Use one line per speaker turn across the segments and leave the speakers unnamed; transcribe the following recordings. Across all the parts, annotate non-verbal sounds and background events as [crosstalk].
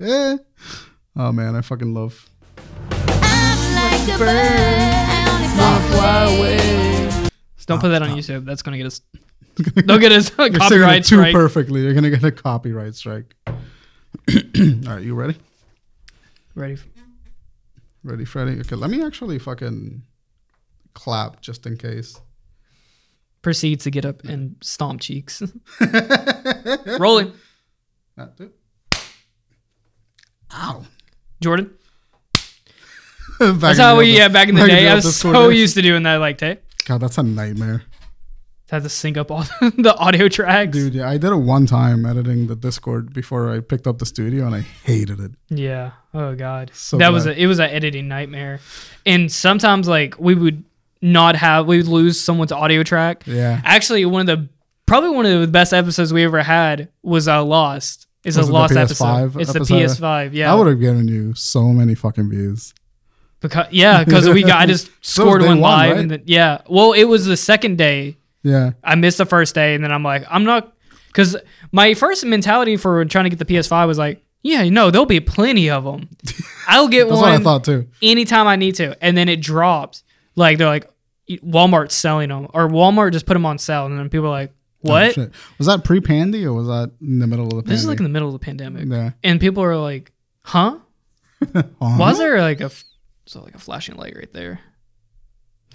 oh man, I fucking love.
Like a bird, I only fly
So don't
Stop,
put that on
stop.
YouTube. That's gonna
[laughs]
get us. Don't get us
You're
a
singing
copyright
it too
strike.
perfectly. You're gonna get a copyright strike. [clears throat] All right, you ready?
Ready? f-
Ready, Freddy? Okay, let me actually fucking clap just in case.
Proceed to get up and stomp [laughs] cheeks. Rolling,
That too. Ow. [laughs]
Jordan.
Back
That's
in
how
the
we
office-
yeah. Back in the
back
day, I was
office
so
quarters.
[laughs] used to doing that. Like, hey,
God, that's a nightmare.
had to sync up all [laughs] the audio tracks.
Dude, yeah, I did it one time editing the Discord before I picked up the studio and I hated it.
Yeah. Oh God.
So
that was
bad.
a, it was an editing nightmare, and sometimes like we would not have we would lose someone's audio track.
Yeah.
Actually, one of the probably one of the best episodes we ever had was uh, Lost. It's
Was it
a
the
Lost
PS5
episode. It's
episode?
the PS5. Yeah.
I would have given you so many fucking views.
Because yeah, because
[laughs]
we got I just
So it was
scored
day
one
one,
live
right?
and then, yeah. Well, it was the second day.
Yeah.
I missed the first day, and then I'm like, I'm not because my first mentality for trying to get the PS5 was like, yeah, no, there'll be plenty of
[laughs]
them. I'll get
That's
one
what I thought too.
anytime I need to, and then it dropped. Like they're like Walmart's selling them, or Walmart just put them on sale, and then people are like,
Oh,
what?
shit. was that pre pandy or was that in the middle of the pandy?
this is like in the middle of the pandemic,
Yeah.
and people are like,
Uh-huh.
huh?
Huh?
Why is there like a f- so like a flashing light right there?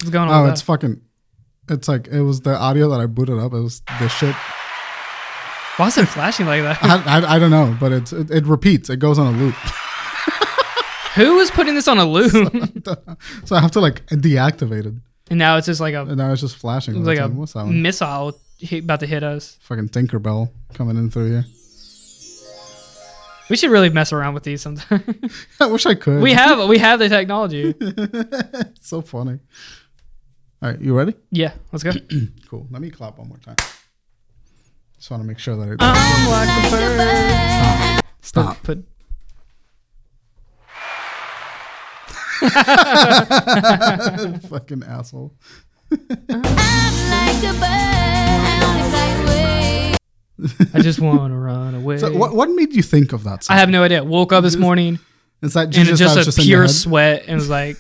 What's going on?
Oh,
with
it's
that?
fucking. It's like it was the audio that I booted up. It was the shit.
Why is it flashing like that? [laughs]
I, I, I don't know, but it's it, it repeats. It goes on a loop. [laughs]
Who is putting this on a loop?
[laughs]
[laughs]
so I have to like deactivate it,
and now it's just like a
and now it's just flashing. all
it's
the
like a
time. What's that one?
missile hit, about to hit us.
Fucking Tinkerbell coming in through here. [laughs]
We should really mess around with these sometime.
I wish I could.
[laughs] we have we have the
[laughs]
technology.
It's so funny. All right, you ready?
Yeah, let's
[clears throat]
go.
Cool. Let me clap one more time. Just want to make sure that it [laughs]
I'm like a
stop.
Put
[laughs] fucking asshole.
like a bird, I only fly away.
I just want to run away.
So what what made you think of that? Song?
I have no idea. Woke up this morning
Is that
and
just,
it's
that
just a
was just in your
pure
head?
sweat and was like, [laughs]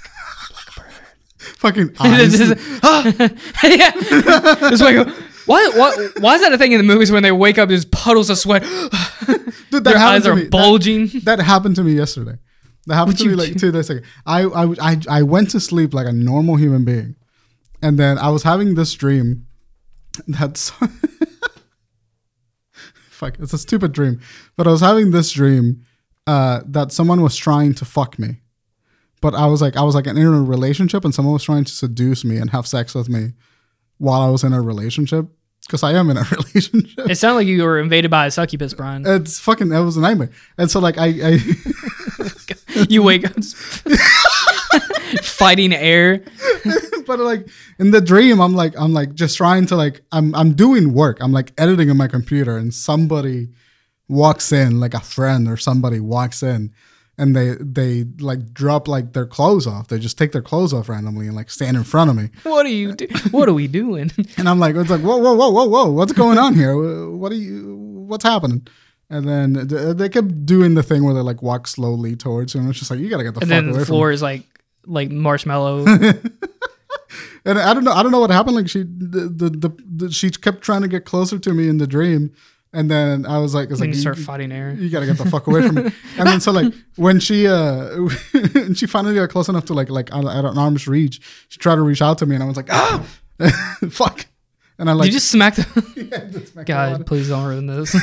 fucking
it's
eyes?
just, [laughs] yeah, just wake up. Why, why, why is that a thing in the movies when they wake up? There's puddles of sweat. [sighs]
Dude, that
Their
happened
eyes
to
are
me. That-
bulging.
That happened to me yesterday. That happened to
you
me like
do?
two days ago. I, I w- I- I went to sleep like a normal human being, and then I was having this dream. That's [laughs] fuck. It's a stupid dream, but I was having this dream uh, that someone was trying to fuck me, but I was like I was like in a relationship, and someone was trying to seduce me and have sex with me while I was in a relationship because I am in a [laughs] relationship
[laughs] It sounded like you were invaded by a succubus, Brian.
it's fucking it was a nightmare and so like i i [laughs]
you wake [laughs] up just fighting air.
but like in the dream i'm like i'm like just trying to like i'm i'm doing work i'm like editing on my computer and somebody walks in like a friend or somebody walks in and they they like drop like their clothes off they just take their clothes off randomly and like stand in front of me
What are you? Do- what are we [laughs] doing?
and i'm like it's like whoa whoa whoa whoa whoa what's going on here what are you what's happening and then th- they kept doing the thing where they like walk slowly towards you and it's just like you gotta get the
And
fuck
then
away
the
from me.
floor is like like [laughs] marshmallow.
And I don't know. I don't know what happened. Like she, the, the, the, the she kept trying to get closer to me in the dream, and then I was like, I was
and
like,
you start
you-
fighting air.
you gotta get the fuck away from me. And then so
[laughs]
like when she uh [laughs] when she finally got close enough to like like at at an arm's reach, she tried to reach out to me, and I was like, ah, [laughs] fuck. And I like
you just smack the
[laughs]
[laughs]
just smacked her
God,
on it.
please don't ruin [laughs] this.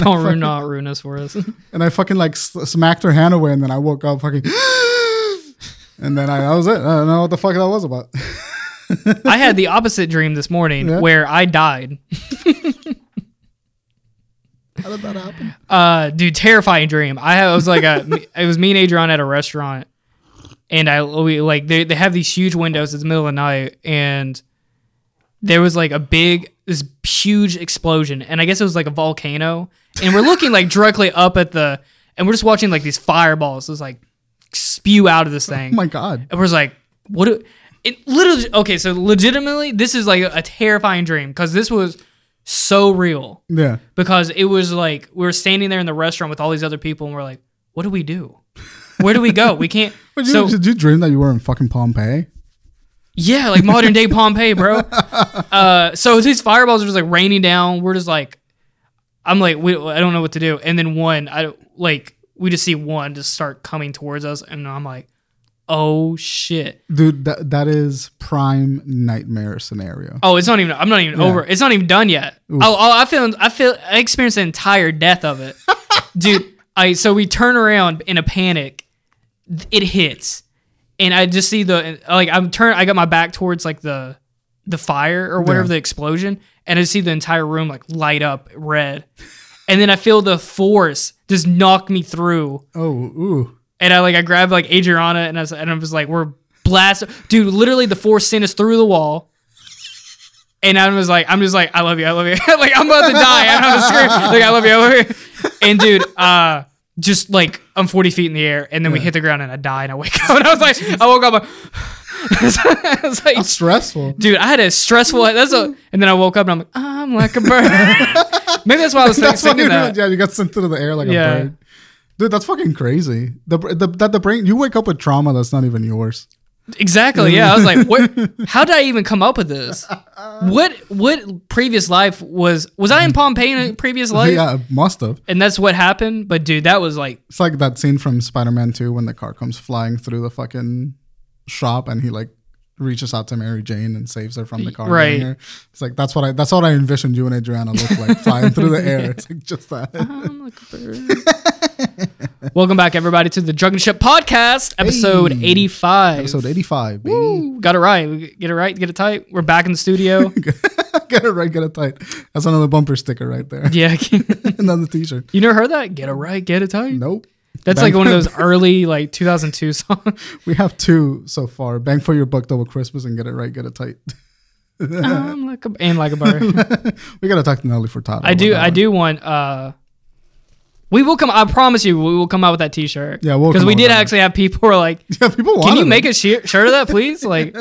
don't ruin not ruin this for [laughs] us.
and I fucking like s- smacked her hand away, and then I woke up fucking, [gasps] and then I that was it. I don't know what the fuck that was about.
I had the opposite dream this morning
Yeah?
where I died.
How did that happen?
Uh, dude, terrifying dream. I, had- I was like a, it was me and Adrian at a restaurant, and I we like they they have these huge windows. It's the middle of the night, and there was like a big this huge explosion, and I guess it was like a volcano, and we're looking like directly up at the, and we're just watching like these fireballs just like spew out of this thing.
[laughs] Oh my god.
and was like, what? Do, it literally, okay, so legitimately, this is like a terrifying dream because this was so real
Yeah.
because it was like we were standing there in the restaurant with all these other people and we're like, what do we do? Where do we go? We can't.
But you,
so
did you dream that you were in fucking Pompeii?
yeah, like modern day Pompeii, bro. Uh, so these fireballs are just like raining down. We're just like, I'm like, we, I don't know what to do. And then one, I like, we just see one just start coming towards us, and I'm like, oh shit.
Dude, that, that is prime nightmare scenario.
Oh, it's not even. I'm not even over. It's not even done yet. Oh, oh, I feel. I feel. I experienced the entire death of it, dude. I so we turn around in a panic. It hits, and I just see the like. I'm turn. I got my back towards like the the fire or whatever
Yeah.
the explosion, and I see the entire room like light up red, and then I feel the force just knock me through
Oh, ooh.
and I like I grabbed like Adriana and I was, and I was like we're blasted dude literally the force sent us through the wall and I was like I'm just like I love you [laughs] I love you like I'm about to die I'm about to scream like I love you I love you and dude uh just like I'm 40 feet in the air and then we hit the ground and I die and I wake [laughs] up and I was like I woke up like, [laughs] I was like
Stressful.
dude I had a stressful that's a and then I woke up and I'm like I'm like
[laughs]
a bird maybe that's why I was
That's why
thinking
you,
that
yeah, you got sent through the air like
Yeah.
a bird. Dude, that's fucking crazy. The, br- the that the brain you wake up with trauma that's not even yours.
Exactly. Yeah. I was
[laughs]
like, what? How did I even come up with this? What? What previous life was? Was I in Pompeii in a previous life?
yeah, must have.
And that's what happened. But dude, that was like,
It's like that scene from Spider-Man 2 when the car comes flying through the fucking shop and he like reaches out to Mary Jane and saves her from the car.
Right.
getting her. It's like that's what I that's what I envisioned you and Adriana look
[laughs]
like flying through the air. It's like just that.
I'm like a bird. welcome back everybody to the Drunken Ship Podcast, episode
Hey.
85.
Episode 85, baby.
Woo, got it right. We Get it right. Get it tight. We're back in
[laughs]
the studio.
get it right, get it tight. That's another bumper sticker right there.
yeah.
[laughs]
[laughs]
another t-shirt.
You never heard that? Get it right. Get it tight.
Nope.
That's like one
[laughs]
of those early like 2002 songs.
We have two so far. Bang for your buck, double Christmas, and get it right, get it tight. [laughs]
I'm like a, and like a bird.
we gotta talk to Nelly for Todd.
I do. I do want. uh We will come. I promise you, we will come out with that T-shirt.
Yeah, we'll
because
come
we
out with
did
that.
actually have people who
[laughs]
are like,
[laughs] Yeah, people want.
"Can you make a shi- shirt of
[laughs]
that, please?" Like,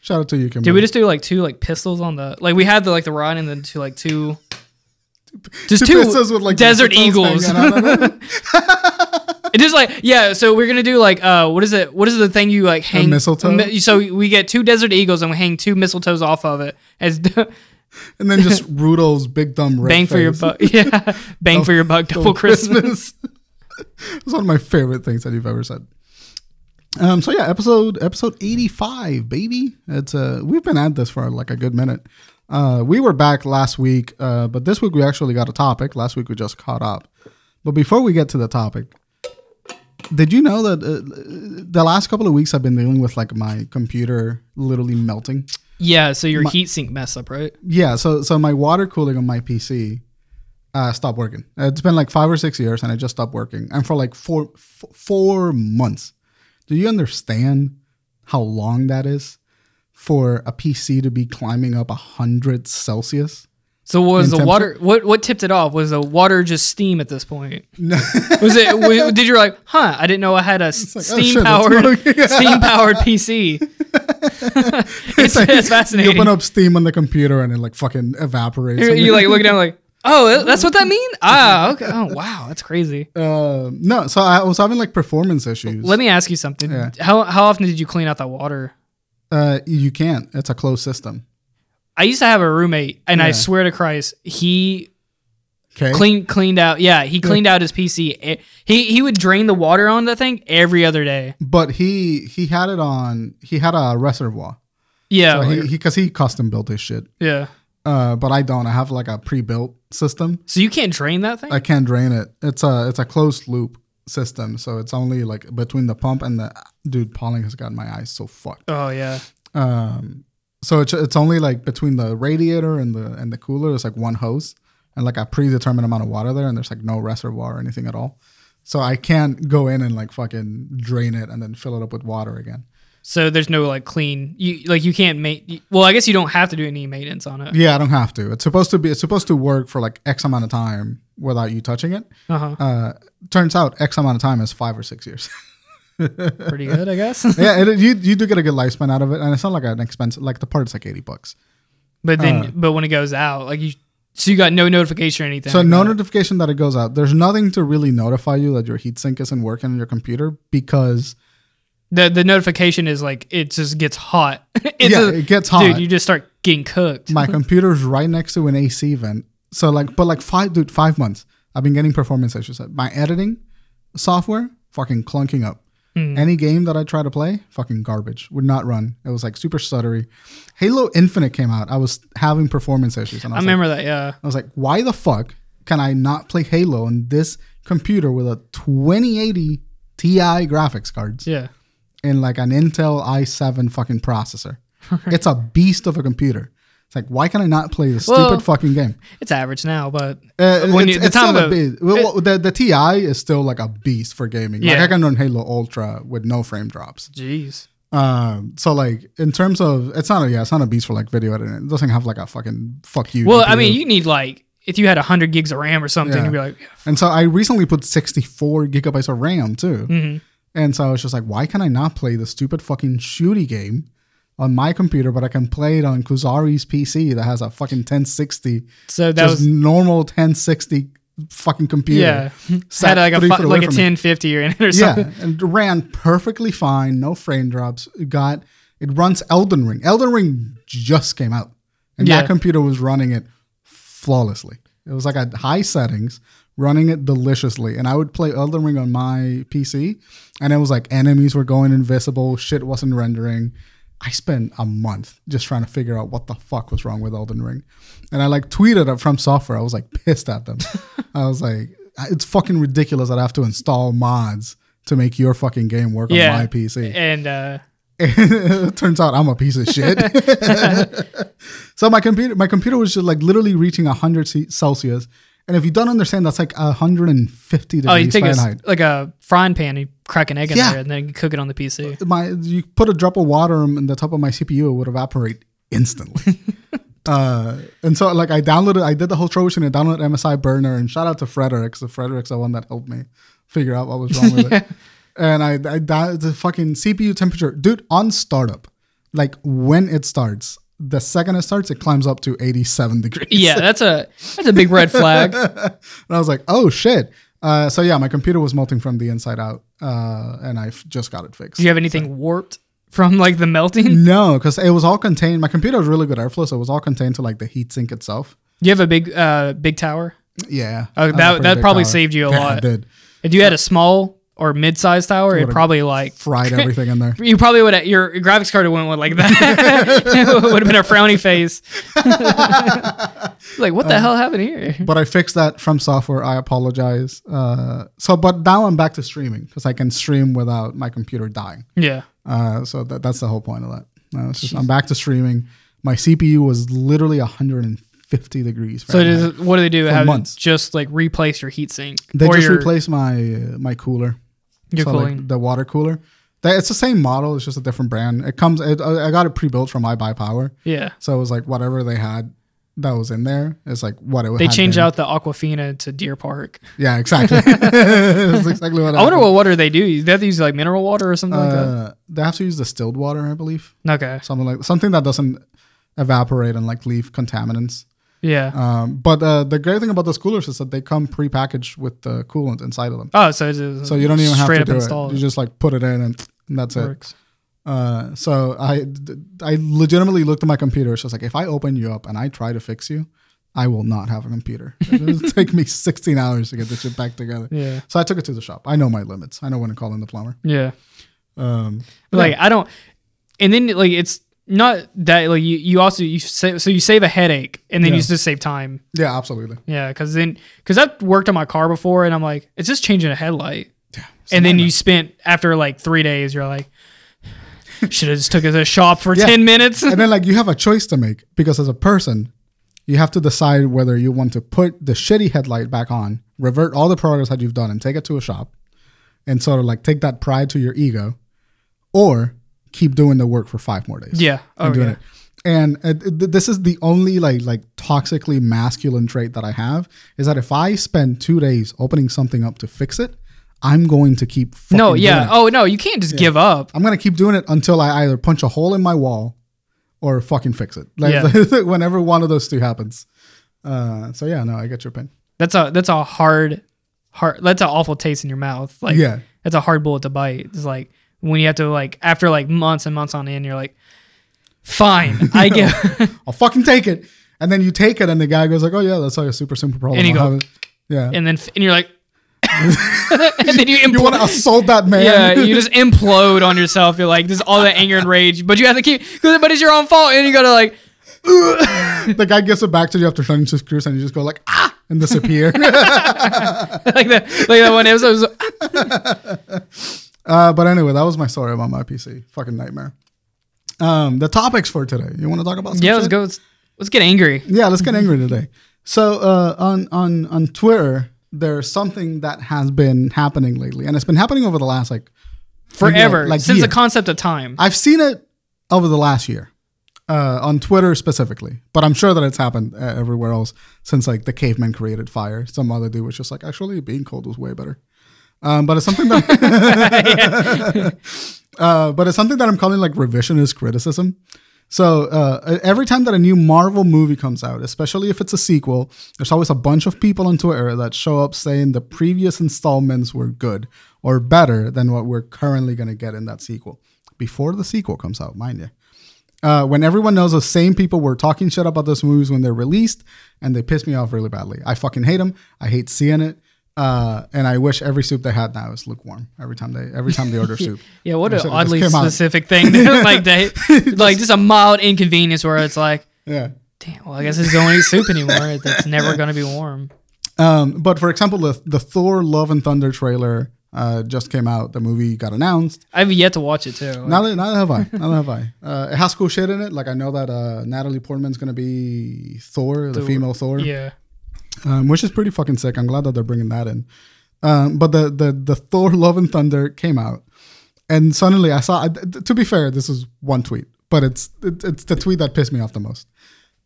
shout out to you, Kimberly?
did we just do like two like pistols on the like we had the like the rod and then two like two.
[laughs]
Just
Two
two,
pistols with, like,
desert
pistols
eagles.
hanging
[laughs]
out of
it just like yeah. So we're gonna do like uh, what is it? What is the thing you like hang
mistletoe?
mi- so we get two desert eagles and we hang two mistletoes off of it as [laughs]
and then just Rudolph's big dumb red
bang for your
face.
buck. [laughs] Yeah, bang for your buck. Double Christmas.
it's one of my favorite things that you've ever said. Um, so yeah, episode episode eighty five, baby. It's uh, we've been at this for like a good minute. Uh, we were back last week, uh, but this week we actually got a topic. Last week we just caught up. But before we get to the topic, did you know that uh, the last couple of weeks I've been dealing with like my computer literally melting?
Yeah, so your heat sink mess up, right?
Yeah, so so my water cooling on my PC uh, stopped working. It's been like five or six years, and it just stopped working. And for like four f- four months, do you understand how long that is for a PC to be climbing up hundred Celsius?
So what was
In
the
temperature?
water? What what tipped it off? Was the water just steam at this point? [laughs] was
[laughs]
it? w- Did you like, huh? I didn't know I had a
like, oh,
steam
shit,
powered
that's smoke. [laughs] Yeah.
steam powered
[laughs]
PC. [laughs] [laughs] it's, it's
You
fascinating.
open up Steam on the computer, and it like fucking evaporates.
You're, you're, like looking down, like, oh, that's what that
[laughs]
mean? Ah, okay. Oh, wow, that's crazy.
Uh, no, so I was having like performance issues.
Let me ask you something.
Yeah.
How how often did you clean out that water?
uh, you can't. It's a closed system.
I used to have a roommate, and I
Yeah.
swear to Christ, he
Okay.
clean cleaned out. Yeah, he cleaned out his PC. E- He he would drain the water on that thing every other day.
But he he had it on. He had a reservoir.
Yeah,
So
like-
he because he, custom built his shit.
yeah.
Uh, but I don't. I have like a pre-built system.
So you can't drain that thing.
I can't drain it. It's a it's a closed loop system, so it's only like between the pump and the dude. Polling has got my eyes so fucked.
oh yeah.
Um, so it's it's only like between the radiator and the and the cooler. There's like one hose and like a predetermined amount of water there, and there's like no reservoir or anything at all. So I can't go in and like fucking drain it and then fill it up with water again.
So there's no like clean. You like you can't make. Well, I guess you don't have to do any maintenance on it.
Yeah, I don't have to. It's supposed to be. It's supposed to work for like X amount of time without you touching it.
Uh huh.
Uh, turns out X amount of time is five or six years. [laughs]
Pretty good, I guess.
yeah, it, you you do get a good lifespan out of it, and it's not like an expensive. Like the part's like eighty bucks.
But then,
Uh.
but when it goes out, like you, so you got no notification or anything.
So
like
no
that.
notification that it goes out. There's nothing to really notify you that your heatsink isn't working on your computer because
the the notification is like it just gets hot. [laughs] It's
yeah,
a-
it gets hot.
dude, you just start getting cooked.
my computer's right next to an AC vent. So like, but like five, dude, five months. I've been getting performance issues. My editing software fucking clunking up.
Hmm.
Any game that I try to play, fucking garbage. Would not run. It was like super stuttery. Halo Infinite came out. I was having performance issues, and I
I
was,
remember that. Yeah,
like, I was like, why the fuck can I not play Halo on this computer with a 2080 Ti graphics cards?
yeah.
in like an Intel i7 fucking
[laughs]
processor. it's a beast of a computer. It's like, why can I not play this
Well,
stupid fucking game?
It's average now, but
Uh,
when
it's,
you- the
it's
time
still a
of-
beast. Well, well, the, the TI is still like a beast for gaming. Like
Yeah.
I can run Halo Ultra with no frame drops.
jeez,
Um, so like in terms of, it's not a, yeah, it's not a beast for like video editing. It doesn't have like a fucking fuck you.
Well, I
GPU.
mean, you need like if you had hundred gigs of RAM or something,
Yeah.
you'd be like,
And so I recently put 64 gigabytes of RAM too.
Mm-hmm.
And so I was just like, why can I not play the stupid fucking shooty game on my computer, but I can play it on Kuzari's PC that has a fucking 1060,
so that
just
was
normal 1060 fucking computer.
yeah.
sat
Had like a
three
fi-
feet away
like a
from me.
ten fifty or [laughs] anything or something.
Yeah, and ran perfectly fine, no frame drops. It Got it runs Elden Ring. Elden Ring just came out, and
Yeah.
that computer was running it flawlessly. It was like at high settings, running it deliciously. And I would play Elden Ring on my PC, and it was like enemies were going invisible, shit wasn't rendering. I spent a month just trying to figure out what the fuck was wrong with Elden Ring. And I like tweeted it from software. I was like pissed at them. I was like, it's fucking ridiculous that I have to install mods to make your fucking game work
Yeah.
on my PC.
And uh,
it [laughs] turns out I'm a piece of shit. [laughs] so my computer, my computer was just like literally reaching 100 C- Celsius, and if you don't understand, that's like 150 degrees
oh, you take a, s-
Fahrenheit.
like a frying pan, you crack an egg in
Yeah.
there, and then you cook it on the PC.
my you put a drop of water in the top of my CPU, it would evaporate instantly. uh, and so like I downloaded, I did the whole troubleshooting, I downloaded MSI Burner, and shout out to Frederick, so Frederick's the one that helped me figure out what was wrong with it. And I, I dialed the fucking CPU temperature, dude, on startup, like when it starts, the second it starts, it climbs up to 87 degrees.
Yeah, that's a that's a big
[laughs]
red flag.
And I was like, oh shit. Uh, so yeah, my computer was melting from the inside out, uh, and I just got it fixed.
Do you have anything warped from like the melting?
No, because it was all contained. My computer was really good airflow, so it was all contained to like the heat sink itself.
Do you have a big uh big tower?
Yeah.
Oh,
I had a
that-
pretty
that
big
probably saved you a
Yeah,
lot.
It did.
If you had a small or mid-sized tower, it
Would've
probably like
Fried everything in there.
[laughs] you probably would have your graphics card went with like that. [laughs] it would have been a frowny face. [laughs] like what
Uh.
the hell happened here?
But I fixed that from software. I apologize. Uh, so, but now I'm back to streaming because I can stream without my computer dying.
Yeah.
Uh, so that, that's the whole point of that. No, it's just, I'm back to streaming. My CPU was literally 150 degrees.
So
Fahrenheit.
does, what do they do? Have
months.
just like replace your heatsink
They
or
just
your,
replaced my uh, my cooler.
your
so
cooling.
like the water cooler. That it's the same model. It's just a different brand. It comes. It, uh, I I got it pre-built from iBuyPower,
yeah.
so it was like whatever they had that was in there. It's like what it.
They
had
changed
been.
out the Aquafina to Deer Park.
Yeah,
[laughs]
exactly. [laughs] That's exactly what
I wonder what water they do. They have to use like mineral water or something like
Uh, they have to use distilled water, I believe.
that. Okay.
Something like something that doesn't evaporate and like leave contaminants.
Yeah.
Um, but uh, the great thing about those coolers is that they come pre-packaged with the coolant inside of them,
oh, so it's, it's
so you don't even have
straight
to
up
do
install
it. You just like put it in and, and that's it.
Works.
Uh, so I, I legitimately looked at my computer. It's just like, if I open you up and I try to fix you, I will not have a computer. [laughs] It'll take me 16 hours to get this shit back together.
Yeah.
So I took it to the shop. I know my limits. I know when to call in the plumber.
Yeah.
Um,
Like I don't, and then like it's not that like you you also you sa- so you save a headache and then you
Yeah.
just save time.
yeah, absolutely. [laughs]
Yeah, because then because I've worked on my car before and I'm like it's just changing a headlight. Yeah. And then you spent after like three days, you're like, [sighs] should have just took it to the shop for
[laughs] Yeah.
ten minutes.
And then like you have a choice to make because as a person, you have to decide whether you want to put the shitty headlight back on, revert all the progress that you've done and take it to a shop and sort of like take that pride to your ego or keep doing the work for five more days.
yeah. Oh
and doing
yeah.
it. And uh, th- this is the only like like toxically masculine trait that I have is that if I spend two days opening something up to fix it, I'm going to keep. Fucking
No.
doing
Yeah.
it.
Oh no, you can't just give up.
I'm gonna keep doing it until I either punch a hole in my wall, or fucking fix it. Like [laughs] whenever one of those two happens. Uh, so yeah, no, I get your pain.
That's a that's a hard, hard. That's an awful taste in your mouth. Like
Yeah.
that's a hard bullet to bite. It's like when you have to like after like months and months on end, you're like, fine,
[laughs]
I get. [laughs]
I'll fucking take it. And then you take it, and the guy goes like, "Oh yeah, that's like a super simple problem."
And you
I'll
go-
have it. yeah.
and then f- and
[laughs]
you're like, [laughs] and then you
you want to
implode.
assault that man? [laughs]
Yeah, you just implode on yourself. You're like, there's all that anger and rage, but you have to keep, 'cause- but it's your own fault, and you gotta like, [laughs]
the guy gives it back to you after turning to screws, and you just go like, "Ah!" and
[laughs]
disappear.
like that, like that one episode. was-
Uh, but anyway, that was my story about my PC. Fucking nightmare. Um, the topics for today. You want to talk about? Some
yeah, let's
shit?
go. Let's, let's get angry.
Yeah, let's get angry today. So uh, on on on Twitter, there's something that has been happening lately, and it's been happening over the last like
forever
like
since
year.
the concept of time.
I've seen it over the last year uh, on Twitter specifically, but I'm sure that it's happened uh, everywhere else since like the caveman created fire. Some other dude was just like, actually, being cold was way better. Um, but it's something that, uh, but it's something that I'm calling like revisionist criticism. So uh, every time that a new Marvel movie comes out, especially if it's a sequel, there's always a bunch of people on Twitter that show up saying the previous installments were good or better than what we're currently going to get in that sequel before the sequel comes out, mind you. Uh, when everyone knows the same people were talking shit about those movies when they're released, and they piss me off really badly. I fucking hate them. I hate seeing it, uh, and I wish every soup they had now is lukewarm every time they every time they order soup.
yeah, what
They
an
should have just
oddly
came out.
specific
[laughs]
thing. to- like that, like just a mild inconvenience where it's like,
Yeah.
damn, well, I guess it's only soup anymore. That's never gonna be warm.
Um, but for example, the the Thor Love and Thunder trailer uh, just came out. The movie got announced.
I've yet to watch it too.
Now that, now that have I. Now that have I. Uh, it has cool shit in it. Like I know that uh, Natalie Portman's gonna be Thor, the
Thor.
female Thor.
yeah,
um, which is pretty fucking sick. I'm glad that they're bringing that in. Um, but the the the Thor Love and Thunder came out, and suddenly I saw. I- th- To be fair, this is one tweet, but it's it, it's the tweet that pissed me off the most.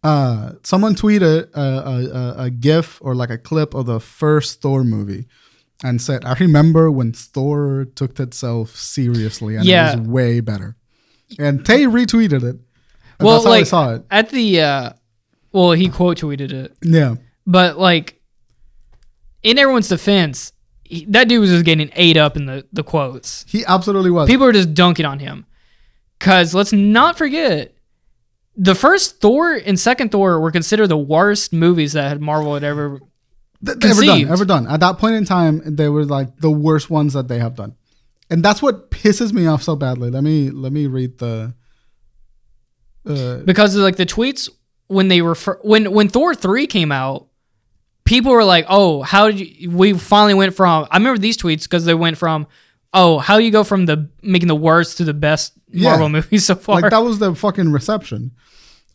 Uh, someone tweeted a, a, a, a GIF or like a clip of the first Thor movie, and said, "I remember when Thor took itself seriously, and
Yeah.
it was way better." And Tay retweeted it. And
well,
that's how
like
I saw it.
at the, uh, well, he quote tweeted it,
Yeah,
but like in everyone's defense, he, that dude was just getting ate up in the the quotes.
he absolutely was.
People are just dunking on him. Cause let's not forget the first Thor and second Thor were considered the worst movies that Marvel had ever
th- th- ever done,
conceived.
ever done. At that point in time, they were like the worst ones that they have done, and that's what pisses me off so badly. Let me let me read the. Uh,
because like the tweets when they refer when when Thor three came out, people were like, "Oh, how did you?" We finally went from I remember these tweets because they went from, "Oh, how you go from the making the worst to the best
Yeah.
Marvel movies so far."
like that was the fucking reception,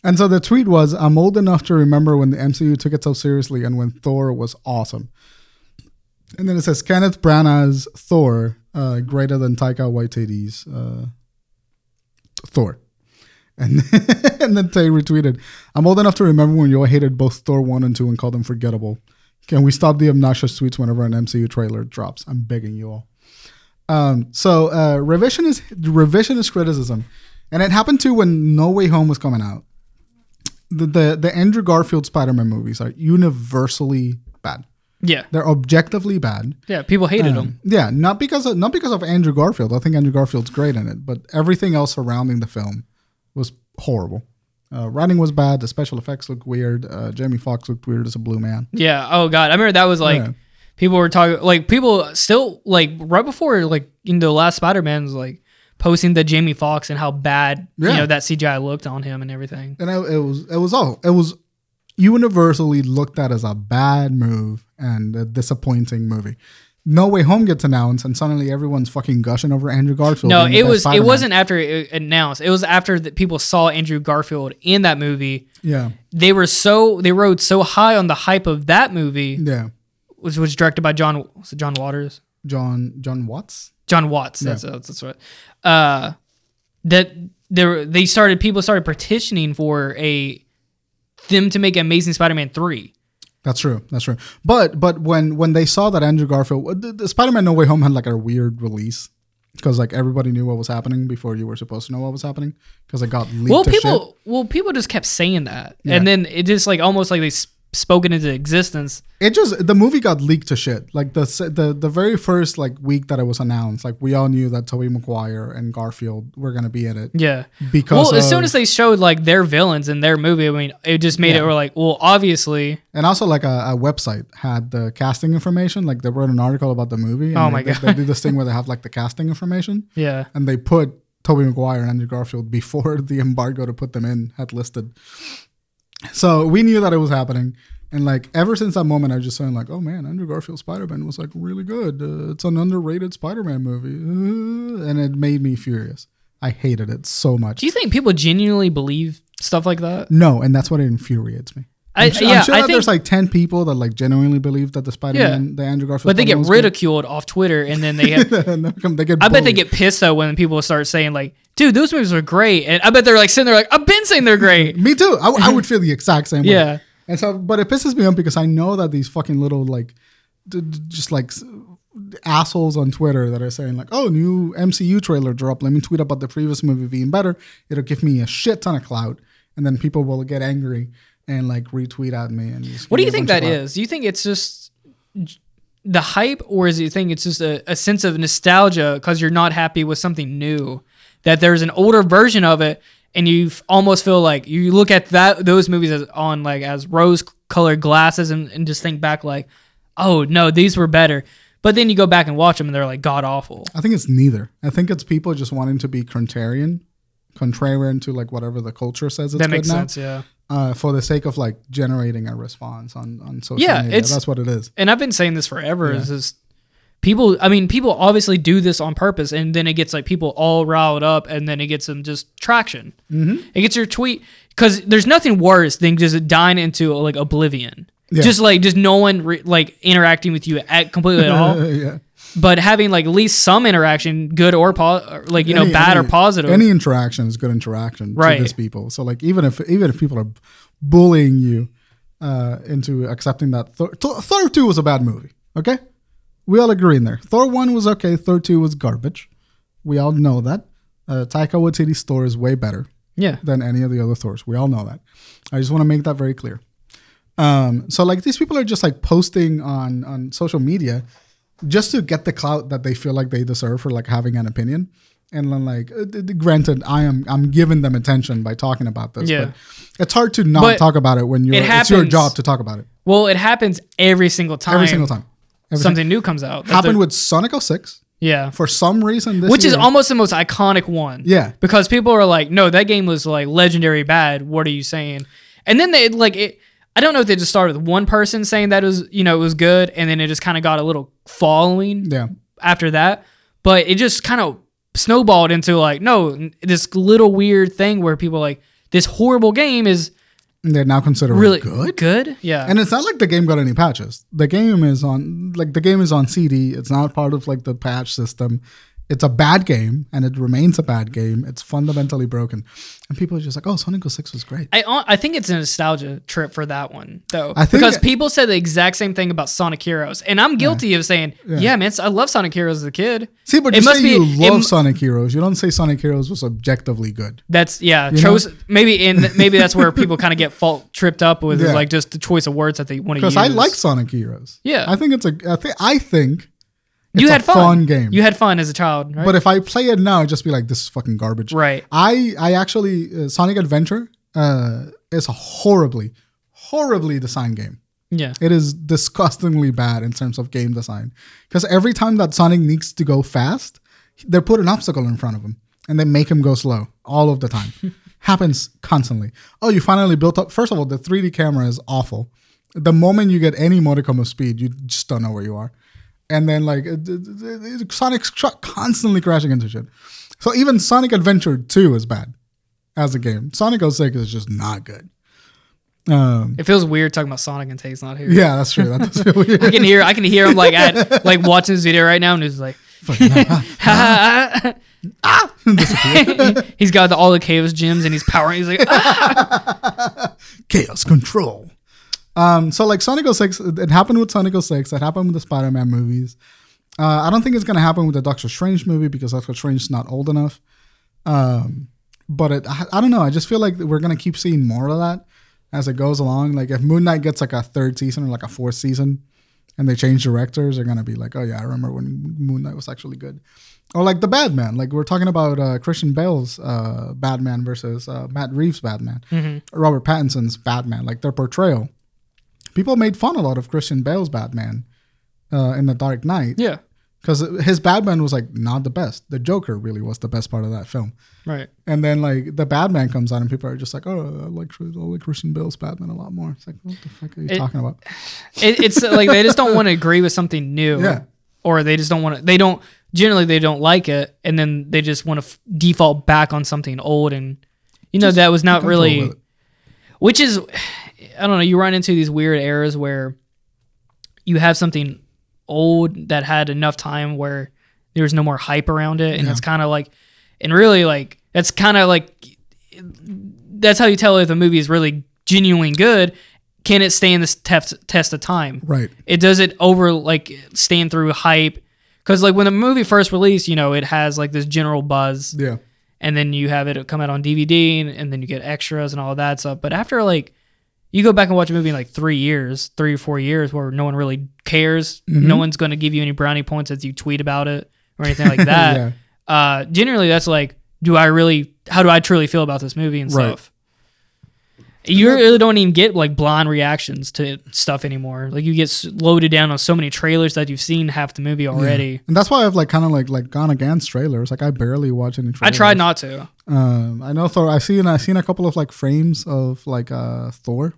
and so the tweet was, "I'm old enough to remember when the MCU took itself seriously and when Thor was awesome." And then it says Kenneth Branagh's Thor uh, greater than Taika Waititi's uh, Thor. And [laughs] and then Tay retweeted, I'm old enough to remember when you all hated both Thor 1 and 2 and called them forgettable. Can we stop the obnoxious tweets whenever an MCU trailer drops? I'm begging you all. Um, so uh, revisionist revisionist criticism, and it happened too when No Way Home was coming out. The the, the Andrew Garfield Spider-Man movies are universally bad.
[laughs] yeah,
They're objectively bad.
yeah, people hated
Uh.
him.
Yeah, not because of, not because of Andrew Garfield. I think Andrew Garfield's great in it, but everything else surrounding the film was horrible. Uh, writing was bad. The special effects looked weird. Uh, Jamie Foxx looked weird as a blue man.
Yeah. Oh God, I remember that was like
Yeah.
people were talking like people still like right before like in the last Spider Man was like posting the Jamie Foxx and how bad
Yeah.
you know that CGI looked on him and everything.
And it, it was it was all it was universally looked at as a bad move and a disappointing movie. No Way Home gets announced, and suddenly everyone's fucking gushing over Andrew Garfield.
No,
being the
it
best
was it
Spider-Man.
wasn't after it announced. It was after that people saw Andrew Garfield in that movie.
Yeah,
They were so they rode so high on the hype of that movie,
yeah.
which was directed by John was it John Waters.
John John Watts.
John Watts. That's that's, that's right. Uh, that there they started people started petitioning for a them to make Amazing Spider-Man three.
That's true. That's true. But but when when they saw that Andrew Garfield, the, the Spider-Man No Way Home had like a weird release. because like everybody knew what was happening before you were supposed to know what was happening because it got leaked.
Well,
to
people,
shit.
well, people just kept saying that,
Yeah.
and then it just like almost like they s- spoke it into existence.
it just the movie got leaked to shit. Like the se- the the very first like week that it was announced, like we all knew that Tobey Maguire and Garfield were gonna be in it
Yeah.
because um,
Well, as soon
of-
as they showed like their villains in their movie, I mean, it just made it we're like, well, obviously,
and also like a, a website had the casting information. Like they wrote an article about the movie. And
Oh
they-
my
they,
God.
They do this thing where they have like the casting information,
yeah.
and they put Tobey Maguire and Andrew Garfield before [laughs] the embargo to put them in had listed. So we knew that it was happening. And like ever since that moment, I was just saying like, "Oh man, Andrew Garfield Spider Man was like really good. Uh, it's an underrated Spider Man movie," Uh, and it made me furious. I hated it so much.
Do you think people genuinely believe stuff like that?
No, and that's what infuriates me.
I-
I'm su- I'm
yeah,
sure
I
that
think-
there's like ten people that like genuinely believe that the Spider Man, the Andrew Garfield,
But they get
Spider-Man
ridiculed off Twitter, and then they have.
was good. And they come- [laughs] they get
I bet they
bullied.
get pissed though when people start saying like, "Dude, those movies are great," and I bet they're like sitting there like, "I've been saying they're great."
Me too. I, I would feel the exact same way.
Yeah.
And so, but it pisses me off because I know that these fucking little like, d- d- just like s- assholes on Twitter that are saying like, "Oh, new MCU trailer dropped. Let me tweet about the previous movie being better. It'll give me a shit ton of clout." And then people will get angry and like retweet at me. And just
[laughs] What
give me
do you
a
think
bunch of
that
clout.
is? Do you think it's just the hype, or is it you think it's just a, a sense of nostalgia because you're not happy with something new? That there's an older version of it, and you f- almost feel like you look at that those movies as on like as rose colored glasses, and, and just think back like, oh no, these were better. But then you go back and watch them, and they're like god awful.
I think it's neither. I think it's people just wanting to be contrarian, contrarian to like whatever the culture says it's
That
good
makes
now,
sense, yeah.
Uh, for the sake of like generating a response on on social
Yeah,
media.
it's-
That's what it is.
and I've been saying this forever is just people I mean people obviously do this on purpose and then it gets like people all riled up and then it gets them just traction mm-hmm. it gets your tweet because there's nothing worse than just dying into like oblivion
Yeah.
just like just no one re- like interacting with you at completely at all
[laughs] yeah.
but having like at least some interaction good or, po- or like you know
Any-
bad
any-
or positive
Any interaction is good interaction
Right.
to these people. So like even if even if people are bullying you uh, into accepting that Thor, Thor, Thor two was a bad movie. Okay, we all agree in there. Thor one was okay. Thor two was garbage. We all know that. Uh, Taika Waititi's Thor is way better.
yeah
than any of the other Thors. We all know that. I just want to make that very clear. Um, so like these people are just like posting on on social media just to get the clout that they feel like they deserve for like having an opinion. And then like, uh, d- d- granted, I am I'm giving them attention by talking about this.
Yeah.
But it's hard to not
But
talk about it when you're.
it
it's your
happens
job to talk about it
well it happens every single time
every single time. Every
something new comes out That's
happened
a-
with Sonic 06
yeah
for some reason. This
which is
year-
almost the most iconic one.
Yeah.
because people are like, "No, that game was like legendary bad." What are you saying? And then they like it. I don't know if they just started with one person saying that it was you know it was good, and then it just kind of got a little following
yeah.
after that. But it just kind of snowballed into like, no, n- this little weird thing where people are like this horrible game is
And They're now considered
really
good.
good. Yeah,
And it's not like the game got any patches. The game is on like the game is on CD. It's not part of like the patch system. It's a bad game, and it remains a bad game. It's fundamentally broken, and people are just like, "Oh, Sonic 06 was great."
I I think it's a nostalgia trip for that one though,
I think-
because people said the exact same thing about Sonic Heroes, and I'm guilty of saying, yeah. man, I love Sonic Heroes as a kid."
See, but
It
you
must
say
be-
you
it
love
m-
Sonic Heroes. You don't say Sonic Heroes was objectively good.
That's yeah,
know?
chose maybe in maybe that's where people kind of get fault tripped up with is
Yeah.
like just the choice of words that they want to use.
Because I like Sonic Heroes.
Yeah.
I think it's a. I think I think
you
it's
had
a
fun.
fun game.
You had fun as a child, right?
But if I play it now, I'd just be like, "This is fucking garbage."
Right.
I I actually uh, Sonic Adventure uh, is a horribly, horribly designed game.
yeah,
It is disgustingly bad in terms of game design. Because every time that Sonic needs to go fast, they put an obstacle in front of him and they make him go slow all of the time. Happens constantly. Oh, you finally built up. First of all, the 3D camera is awful. The moment you get any modicum of speed, you just don't know where you are. And then, like, it- it- it- it- Sonic's tr- constantly crashing into shit. So even Sonic Adventure 2 is bad as a game. Sonic 06 is just not good. [laughs] Um,
it feels weird talking about Sonic and Tate's not here.
yeah, that's true. That does feel weird.
[laughs] I can hear I can hear him
[laughs]
like at like watching this video right now and he's like [laughs] Ah.
[laughs]
he's got the, all the chaos gems and he's powering
[laughs]
he's like "Ah."
chaos control. oh Um, so like Sonic 06, it happened with Sonic 06, it happened with the Spider-Man movies. Uh, I don't think it's gonna happen with the Doctor Strange movie because Doctor Strange's not old enough. Um, but it, I, I don't know. I just feel like we're gonna keep seeing more of that as it goes along. Like if Moon Knight gets like a third season or like a fourth season, and they change directors, they're gonna be like, oh yeah, I remember when Moon Knight was actually good, or like the Batman. Like we're talking about uh, Christian Bale's uh, Batman versus uh, Matt Reeves' Batman, Robert Pattinson's Batman. Like their portrayal, people made fun a lot of Christian Bale's Batman uh, in the Dark Knight
Yeah.
because his Batman was like not the best. The Joker really was the best part of that film.
Right.
And then like the Batman comes out and people are just like, oh, I like I like Christian Bale's Batman a lot more. It's like, what the fuck are you
It-
talking about?
It, it's uh, like they just don't want to agree with something new.
Yeah.
Or they just don't want to. They don't generally they don't like it, and then they just want to f- default back on something old, and you know that was not
Control
really.
with it.
which is i don't know you run into these weird eras where you have something old that had enough time where there's no more hype around it and it's kind of like and really like that's kind of like that's how you tell if a movie is really genuinely good can it stand this test test of time
right.
it does it over like stand through hype because like when the movie first released you know it has like this general buzz
Yeah.
and then you have it come out on DVD, and, and then you get extras and all that stuff. But after like, you go back and watch a movie in like three years, three or four years, where no one really cares. No one's going to give you any brownie points as you tweet about it or anything like that. uh, generally, that's like, do I really? How do I truly feel about this movie and
Right.
stuff? You really don't even get like blind reactions to stuff anymore. Like you get s- loaded down on so many trailers that you've seen half the movie already.
And that's why I've like kind of like like gone against trailers. Like I barely watch any.
I
Trailers.
tried not to.
Um, I know Thor. I've seen I've seen a couple of like frames of like uh Thor,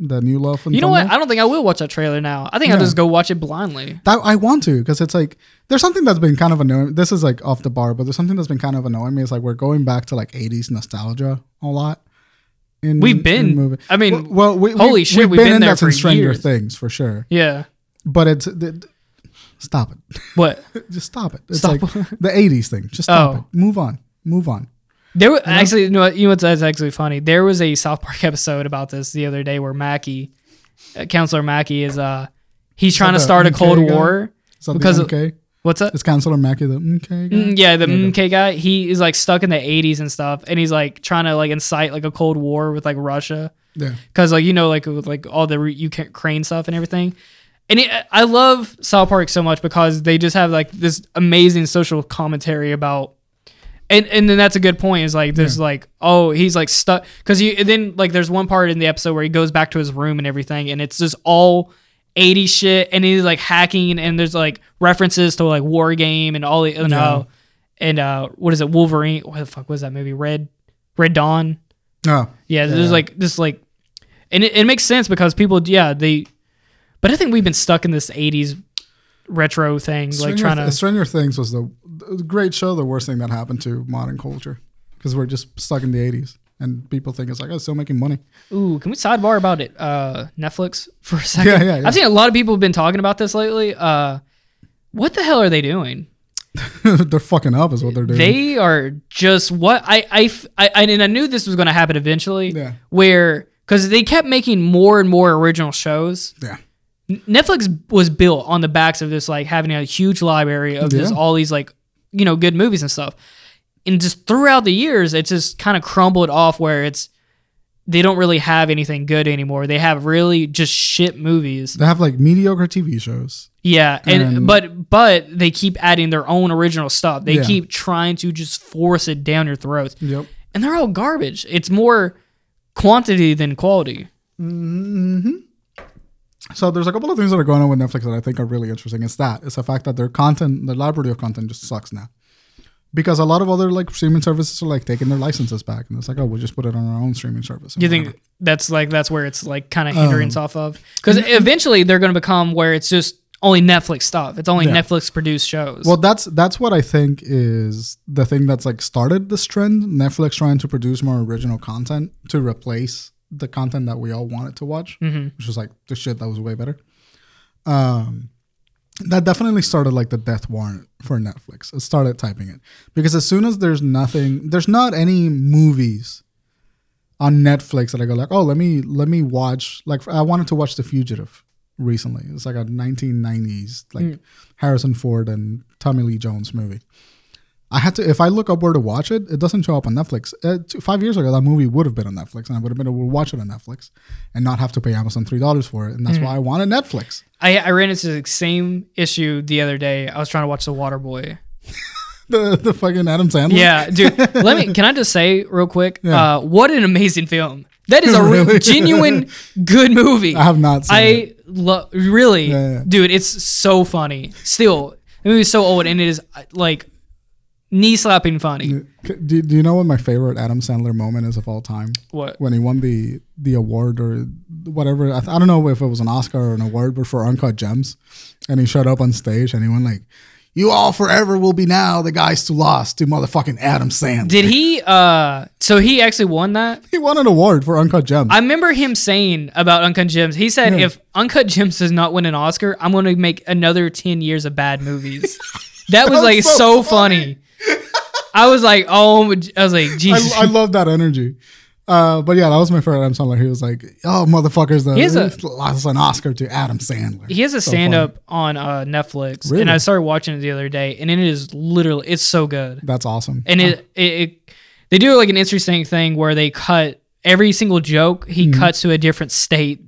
the new love. And
You know what?
Thunder.
I don't think I will watch that trailer now. I think I'll
Yeah.
just go watch it blindly.
That I want to because it's like there's something that's been kind of annoying. This is like off the bar, but there's something that's been kind of annoying me. It's like we're going back to like 80s nostalgia a lot. In,
We've been-
in movie.
I mean,
well, well, we,
holy
we,
shit,
we've,
we've
been,
been
in
there
that
for
since Stranger
years.
Things for sure.
Yeah.
But it's th- th- stop it, [laughs]
What?
just stop it. It's like
Stop.
the 80s thing. Just stop
Oh.
it. Move on. Move on.
There were, actually, you know, what- you know what's that's actually funny? There was a South Park [laughs] episode about this the other day where Mackey, uh, Counselor Mackey, is uh, he's trying to
the
start a
MK
Cold
guy?
War.
Is that
Because-
the MK?
What's up?
It's Counselor Mackey. The MK. guy?
Mm, Yeah, the
you go.
MK guy. He is like stuck in the '80s and stuff, and he's like trying to like incite like a Cold War with like Russia.
Yeah.
because like you know like with like all the re- Ukraine stuff and everything. And it, I love South Park so much because they just have like this amazing social commentary about. And, and then that's a good point is like there's like oh he's like stuck because you and then like there's one part in the episode where he goes back to his room and everything and it's just all 80 shit and he's like hacking and there's like references to like war game and all the you know and uh what is it Wolverine what the fuck was that movie Red Red Dawn
Oh,
yeah,
Yeah.
there's like this like, and it, it makes sense because people, yeah, they, but I think we've been stuck in this '80s retro thing, like
Stranger,
trying to.
Stranger Things was the, the great show. The worst thing that happened to modern culture because we're just stuck in the 80s and people think it's like oh, it's still making money. [laughs]
Ooh, can we sidebar about it? Uh, Netflix [laughs] for a second.
Yeah, yeah, yeah.
I've seen a lot of people have been talking about this lately. Uh, what the hell are they doing?
they're fucking up, is what they're doing.
They are just what I I f- I- I- and I knew this was going to happen eventually.
Yeah.
Where because they kept making more and more original shows.
yeah,
Netflix was built on the backs of this like having a huge library of just
Yeah.
all these like you know good movies and stuff. And just throughout the years, it's just kind of crumbled off where it's they don't really have anything good anymore. They have really just shit movies.
they have like mediocre TV shows.
Yeah, and
Um,
but but they keep adding their own original stuff. They
Yeah.
keep trying to just force it down your throats.
Yep.
And they're all garbage. It's more quantity than quality.
So there's a couple of things that are going on with Netflix that I think are really interesting. It's that it's the fact that their content, their library of content, just sucks now, because a lot of other like streaming services are like taking their licenses back, and it's like oh we'll just put it on our own streaming service.
Do you think that's like that's where it's like kind of hindrance
Um,
off of? Because eventually they're going to become where it's just only Netflix stuff. It's only
Yeah.
Netflix produced shows.
Well, that's that's what I think is the thing that's like started this trend. Netflix trying to produce more original content to replace the content that we all wanted to watch, which was like the shit that was way better. Um, that definitely started like the death warrant for Netflix. It started typing it because as soon as there's nothing, there's not any movies on Netflix that I go like, oh, let me let me watch. Like I wanted to watch The Fugitive recently. It's like a 1990s, like Harrison Ford and Tommy Lee Jones movie. I had to, if I look up where to watch it, it doesn't show up on Netflix. Uh, two, five years ago, that movie would have been on Netflix, and I would have been able to watch it on Netflix and not have to pay Amazon three dollars for it. And that's why I wanted Netflix. [laughs]
I, I ran into the same issue the other day. I was trying to watch The Water Boy.
The the fucking Adam Sandler.
Yeah,
[laughs]
dude. let me. Can I just say real quick?
Yeah.
Uh, what an amazing film!
[laughs]
That is a re-
Really?
genuine good
[laughs]
movie.
I have not seen it.
I love really,
Yeah, yeah.
dude. It's so funny. Still, the movie's so old, and it is uh, like knee slapping funny.
Uh, C- Do, do you know what my favorite Adam Sandler moment is of all time?
What?
When he won the the award or whatever. I, th- I don't know if it was an Oscar or an award, but for Uncut Gems. And he showed up on stage and he went like, You all forever will be now the guys who lost to motherfucking Adam Sandler.
Did he? Uh, so he actually won that.
he won an award for Uncut Gems.
I remember him saying about Uncut Gems. He said, "If Uncut Gems does not win an Oscar, I'm going to make another ten years of
[laughs]
bad movies." that was
was
like
so
so, funny. I was like, "Oh," I was like,
I,
"Jesus."
I love that energy. Uh, but yeah, that was my favorite Adam Sandler. He was like, "Oh, motherfuckers, the
He has a-
lost an Oscar to Adam Sandler."
he has a
So
stand
funny.
up on uh, Netflix,
Really?
and I started watching it the other day, and it is literally it's so good.
That's awesome.
And it, it, it they do like an interesting thing where they cut every single joke. He cuts to a different state.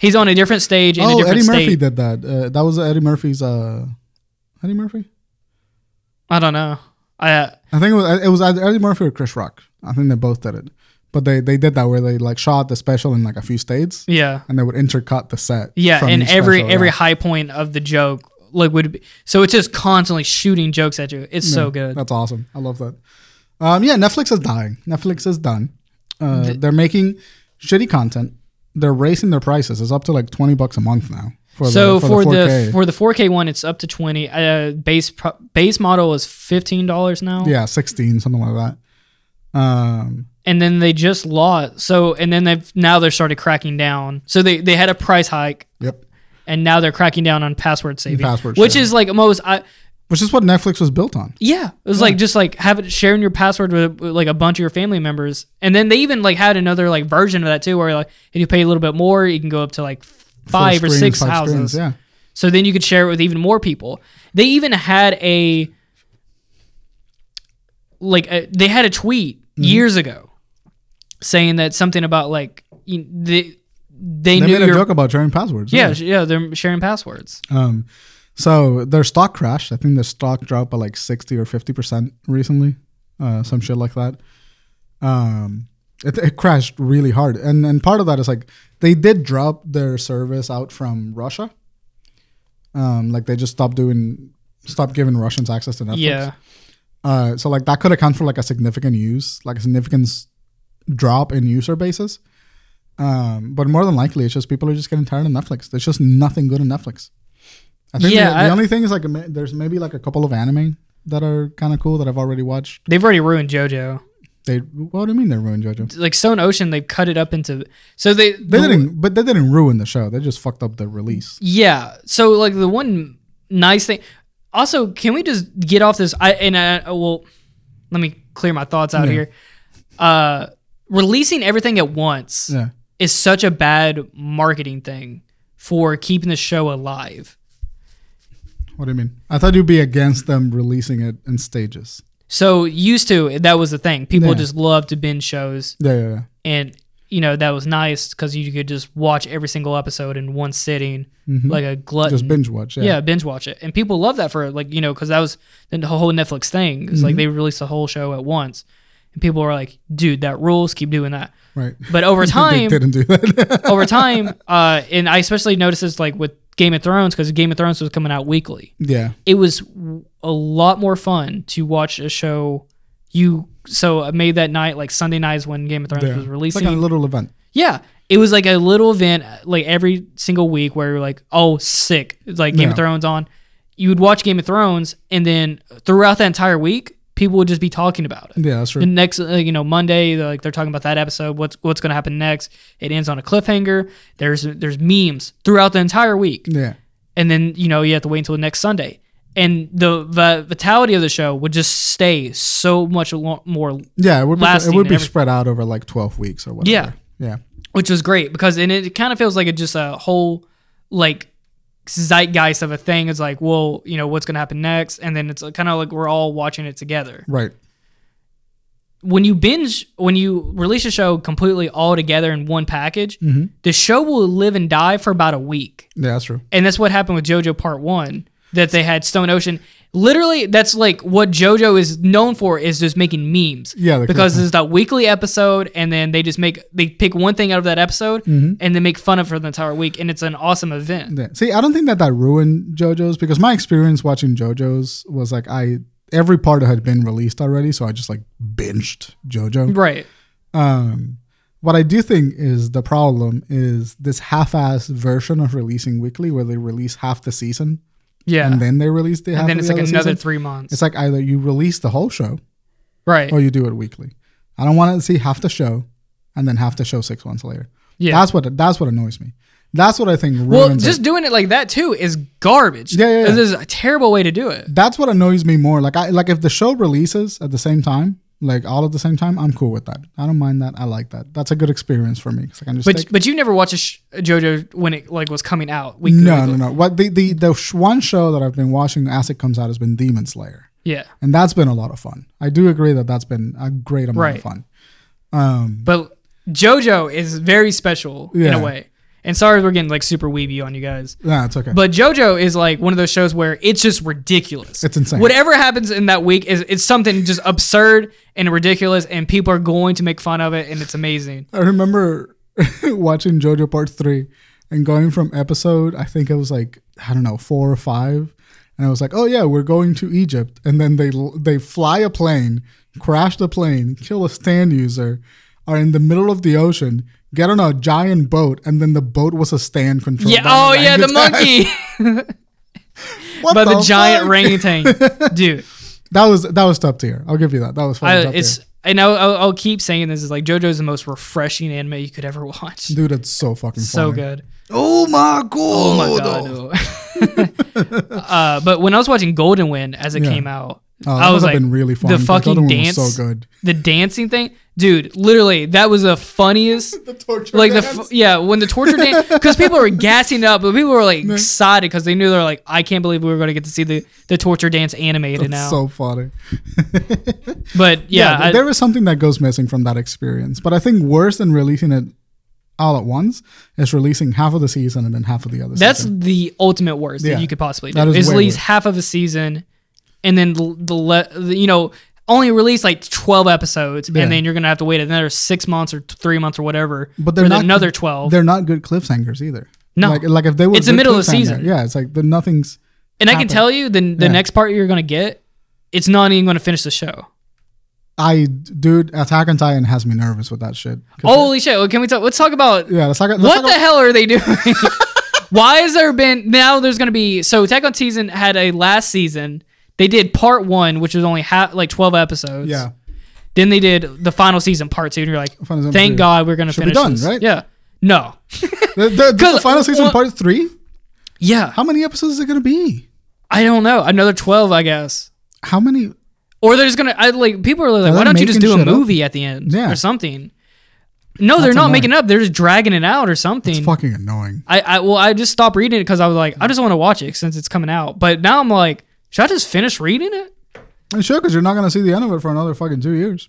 He's on a different stage in a
Hmm. oh,
different
Eddie
state.
Murphy did that. Uh, that was Eddie Murphy's. Uh, Eddie Murphy.
I don't know. I uh,
I think it was it was either Eddie Murphy or Chris Rock. I think they both did it. But they they did that where they like shot the special in like a few states,
yeah.
and they would intercut the set.
Yeah,
from
and
each
every
special,
every
yeah.
high point of the joke like would be so it's just constantly shooting jokes at you. It's so good.
That's awesome. I love that. Um, yeah, Netflix is dying. Netflix is done. Uh, they're making shitty content. They're raising their prices. It's up to like twenty bucks a month now. For
so for,
4K.
the, for the 4K one, it's up to 20. Uh, base pro- base model is fifteen dollars now.
yeah, sixteen something like that. Um,
and then they just lost. So and then they've now they're started cracking down. So they they had a price hike,
yep.
and now they're cracking down on password saving,
Password
which
sharing.
is like most. I
Which is what Netflix was built on.
yeah, it was like just like having sharing your password with, with, like a bunch of your family members, and then they even like had another like version of that too, where like if you pay a little bit more, you can go up to like five
Four
or
screens,
six
five
houses.
screens, yeah.
So then you could share it with even more people. They even had a like a, they had a tweet
Mm-hmm.
years ago saying that something about like you, they they,
They
knew
made a
your
joke about sharing passwords.
yeah sh- yeah they're sharing passwords.
Um, so their stock crashed. I think their stock dropped by like sixty or fifty percent recently, uh, some shit like that. Um, it, it crashed really hard, and and part of that is like they did drop their service out from Russia. Um, like they just stopped doing, stopped giving Russians access to Netflix.
Yeah,
Uh, so like that could account for like a significant use, like a significant s- drop in user bases. Um, but more than likely, it's just people are just getting tired of Netflix. There's just nothing good in Netflix. I think
Yeah,
the,
I-
the only thing is like ma- there's maybe like a couple of anime that are kind of cool that I've already watched.
they've already ruined JoJo.
They what do you mean they ruined JoJo?
Like Stone Ocean, they've cut it up into so they
They didn't, but they didn't ruin the show. They just fucked up the release.
Yeah. So like the one nice thing. Also, can we just get off this? I and I well, let me clear my thoughts out
Yeah.
here. Uh, releasing everything at once
Yeah,
is such a bad marketing thing for keeping the show alive.
what do you mean? I thought you'd be against them releasing it in stages.
So used to that was the thing. People
Yeah.
just loved to binge shows,
Yeah, yeah, yeah.
and you know that was nice because you could just watch every single episode in one sitting, like a glutton.
Mm-hmm. Just binge watch.
Uh, yeah. binge watch it and people love that for like you know because that was the whole netflix thing it's
Mm-hmm.
like they released the whole show at once and people were like dude that rules keep doing that
right. [laughs]
but over
they
time
didn't do that. [laughs]
over time uh and i especially noticed this like with game of thrones because game of thrones was coming out weekly
yeah.
it was w- a lot more fun to watch a show you so i made that night like sunday nights when game of thrones
Yeah.
was releasing
Like a little event.
yeah. It was like a little event like every single week where you're like, oh, sick. It's like Game of
Yeah.
Thrones on. You would watch Game of Thrones and then throughout that entire week, people would just be talking about it.
Yeah, that's
The
true.
next, uh, you know, Monday, they're like they're talking about that episode. What's what's going to happen next? It ends on a cliffhanger. There's there's memes throughout the entire week,
Yeah.
and then you know you have to wait until next Sunday. And the, the vitality of the show would just stay so much lo- more
Yeah, it would be, it
lasting
would
and
be
everything.
spread out over like 12 weeks or whatever.
Yeah.
Yeah.
which was great because and it kind of feels like it just a whole like zeitgeist of a thing is like, well, you know, what's going to happen next? And then it's kind of like we're all watching it together.
Right.
When you binge, when you release a show completely all together in one package, the show will live and die for about a week
Yeah, that's true.
and that's what happened with JoJo Part One. That they had Stone Ocean. Literally, that's like what JoJo is known for is just making memes.
Yeah, the-
because there's that weekly episode, and then they just make they pick one thing out of that episode
Mm-hmm.
and they make fun of it for the entire week, and it's an awesome event.
Yeah. See, I don't think that that ruined JoJo's because my experience watching JoJo's was like I every part had been released already, so I just like binged JoJo.
Right.
Um, what I do think is the problem is this half-ass version of releasing weekly, where they release half the season
Yeah.
and then they release the half.
And then
of
it's
the
like
other
another
season.
three months.
It's like either you release the whole show
right.
or Oh, you do it weekly. I don't want to see half the show and then half the show six months later.
Yeah.
that's what that's what annoys me. That's what I think ruins
well,
oh, it.
just doing it like that too is garbage.
Yeah, yeah, yeah.
This is a terrible way to do it.
that's what annoys me more. Like I like if the show releases at the same time, like all at the same time, I'm cool with that. I don't mind that. I like that. That's a good experience for me. 'cause I can just
But
take-
but you never watched a sh- a JoJo when it like was coming out. Weekly,
no,
weekly.
no, no. What the the the sh- one show that I've been watching as it comes out has been Demon Slayer,
Yeah.
and that's been a lot of fun. I do agree that that's been a great amount
Right.
of fun.
But JoJo is very special in
Yeah.
a way. And sorry we're getting like super weeby on you guys.
Yeah, it's okay.
But JoJo is like one of those shows where it's just ridiculous.
It's insane.
Whatever happens in that week is it's something just absurd and ridiculous and people are going to make fun of it and it's amazing.
I remember [laughs] watching JoJo Part Three and going from episode, I think it was like I don't know four or five, and I was like, oh yeah, we're going to Egypt, and then they they fly a plane, crash the plane, kill a stand user, are in the middle of the ocean, get on a giant boat, and then the boat was a stand controlled.
Yeah,
by
oh
an
yeah, the
orangutan.
monkey
[laughs] What
by the, giant
fuck?
orangutan.
[laughs]
Dude,
That was that was top tier. I'll give you that. That was fucking
I,
top
it's
tier.
and I'll, I'll, I'll keep saying this is like JoJo's the most refreshing anime you could ever watch.
Dude, it's so fucking
So
funny.
good.
Oh my god!
Oh my god. no. [laughs] uh, but when I was watching Golden Wind as it
Yeah.
came out,
Oh, that
I was
must have
like,
been really fun,
the
'cause Golden
fucking
Wind was
dance,
so good.
the dancing thing, dude. Literally, that was the funniest.
[laughs] [laughs] The torture
Like the
dance.
f- yeah, when the torture dance, because people were gassing up, but people were
[laughs]
like excited because they knew they're like, I can't believe we were going to get to see the the torture dance animated now.
so funny.
but
yeah,
yeah,
th-
I-
there is something that goes missing from that experience. But I think worse than releasing it all at once is releasing half of the season and then half of the other.
that's
season.
the ultimate worst
Yeah.
that you could possibly
That
do.
is
Is
way
release
worse.
half of a season, and then the, the, le- the you know only release like twelve episodes,
Yeah.
and then you're gonna have to wait another six months or t- three months or whatever.
but they're
for
not
another twelve.
They're not good cliffhangers either.
No.
like, like if they were
It's the
good
middle of the
cliffhanger-
season.
Yeah, it's like the nothing's.
And I can
happened.
tell you, the the
Yeah.
next part you're gonna get, it's not even gonna finish the show.
I dude, Attack on Titan has me nervous with that shit. 'Cause-
Holy shit! Well, can we talk? Let's talk about
yeah, let's talk, let's
what
talk
the hell are they doing? [laughs] Why has there been now? There's gonna be so Attack on Season had a last season. They did part one, which was only half like twelve episodes.
Yeah,
Then they did the final season part two, and you're like,
Final season
thank
two.
God we're gonna
Should be
finish
done,
this.
right?
Yeah. No.
the, the, this is the final season
well-
part three.
Yeah.
How many episodes is it gonna be?
I don't know. Another twelve, I guess.
How many?
Or they're just gonna I, like people are like,
they
why don't you just
making
do a
shit up?
movie at the end
Yeah.
or something? No, they're not
annoying.
making up. They're just dragging it out or something.
It's fucking annoying.
I, I well, I just stopped reading it because I was like, I just want to watch it since it's coming out. But now I'm like, should I just finish reading it?
And sure, because you're not gonna see the end of it for another fucking two years.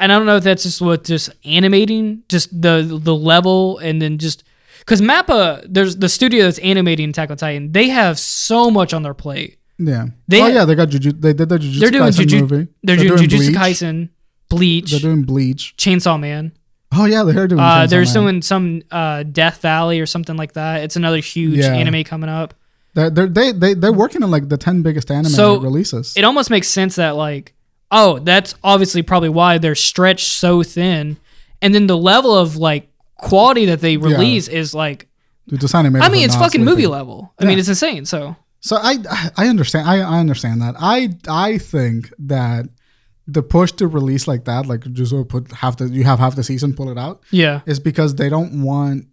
and I don't know if that's just what just animating just the the level and then just because Mappa there's the studio that's animating Attack on Titan they have so much on their plate
Yeah.
They-
oh yeah, they got Juju. They did the Jujutsu
they're doing
Kaisen
Juju,
movie.
they're, doing Jujutsu
Bleach.
Kaisen Bleach
They're doing Bleach.
Chainsaw Man
Oh yeah, they're doing.
uh,
Chainsaw
they're
Man.
doing some uh, Death Valley or something like that it's another huge
Yeah.
anime coming up
They're, they're they they they're working on like the ten biggest anime
So,
releases.
it almost makes sense that like oh that's obviously probably why they're stretched so thin and then the level of like quality that they release is like
Dude, this anime.
I mean, it's fucking movie
level.
level. I mean, it's insane. So
So I I understand I, I understand that I I think that the push to release like that like just sort of put half the you have half the season pull it out
yeah,
is because they don't want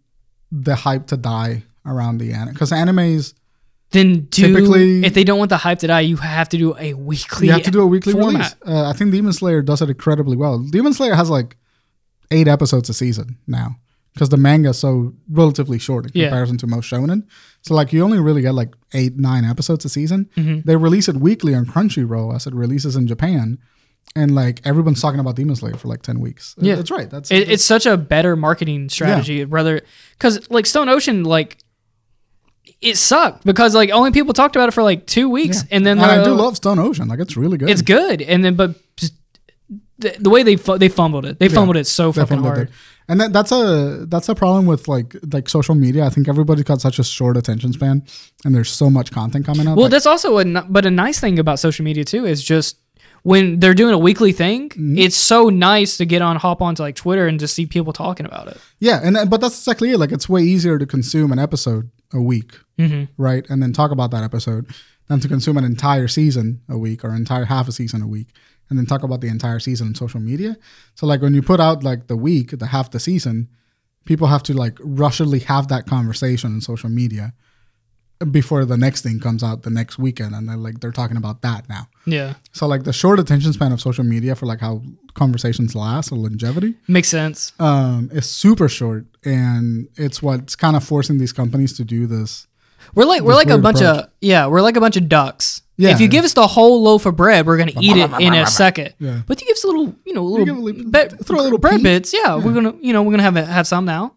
the hype to die around the anime because animes
then do
Typically-
if they don't want the hype to die, you have to do a weekly.
you have to do a weekly
format.
release. Uh, I think Demon Slayer does it incredibly well. Demon Slayer has like eight episodes a season now. because the manga is so relatively short in
Yeah.
comparison to most shonen. So like you only really get like eight, nine episodes a season.
Mm-hmm.
They release it weekly on Crunchyroll as it releases in Japan, and like everyone's talking about Demon Slayer for like ten weeks.
Yeah.
that's right. That's
It, it's such a better marketing strategy, rather because like Stone Ocean, like it sucked because like only people talked about it for like two weeks, and then
and I
they're-
do love Stone Ocean. Like it's really good.
it's good, and then but just the, the way they fu- they fumbled it, they fumbled it so fucking
Definitely
hard.
did. And that, that's a that's a problem with like like social media. I think everybody's got such a short attention span, and there's so much content coming out.
Well,
Like,
that's also a n- but a nice thing about social media too is just when they're doing a weekly thing,
Mm-hmm.
it's so nice to get on hop onto like Twitter and just see people talking about it.
yeah, and that- but that's exactly it. Like it's way easier to consume an episode a week, right, and then talk about that episode than to consume an entire season a week or entire half a season a week, and then talk about the entire season on social media. So like when you put out like the week, the half the season, people have to like rushedly have that conversation on social media before the next thing comes out the next weekend, and they're like they're talking about that now.
Yeah,
So like the short attention span of social media for like how conversations last or longevity
makes sense.
um, is super short, and it's what's kind of forcing these companies to do this.
We're like we're
This
like a
weird
bunch
approach.
of yeah, we're like a bunch of ducks.
Yeah.
If you give us the whole loaf of bread, we're gonna eat it in a second.
Yeah.
But you give us a little, you know, a
give
little,
a little-
bit-
throw a little
bread
pea.
bits. Yeah, we're gonna, you know, we're gonna have it, have some now.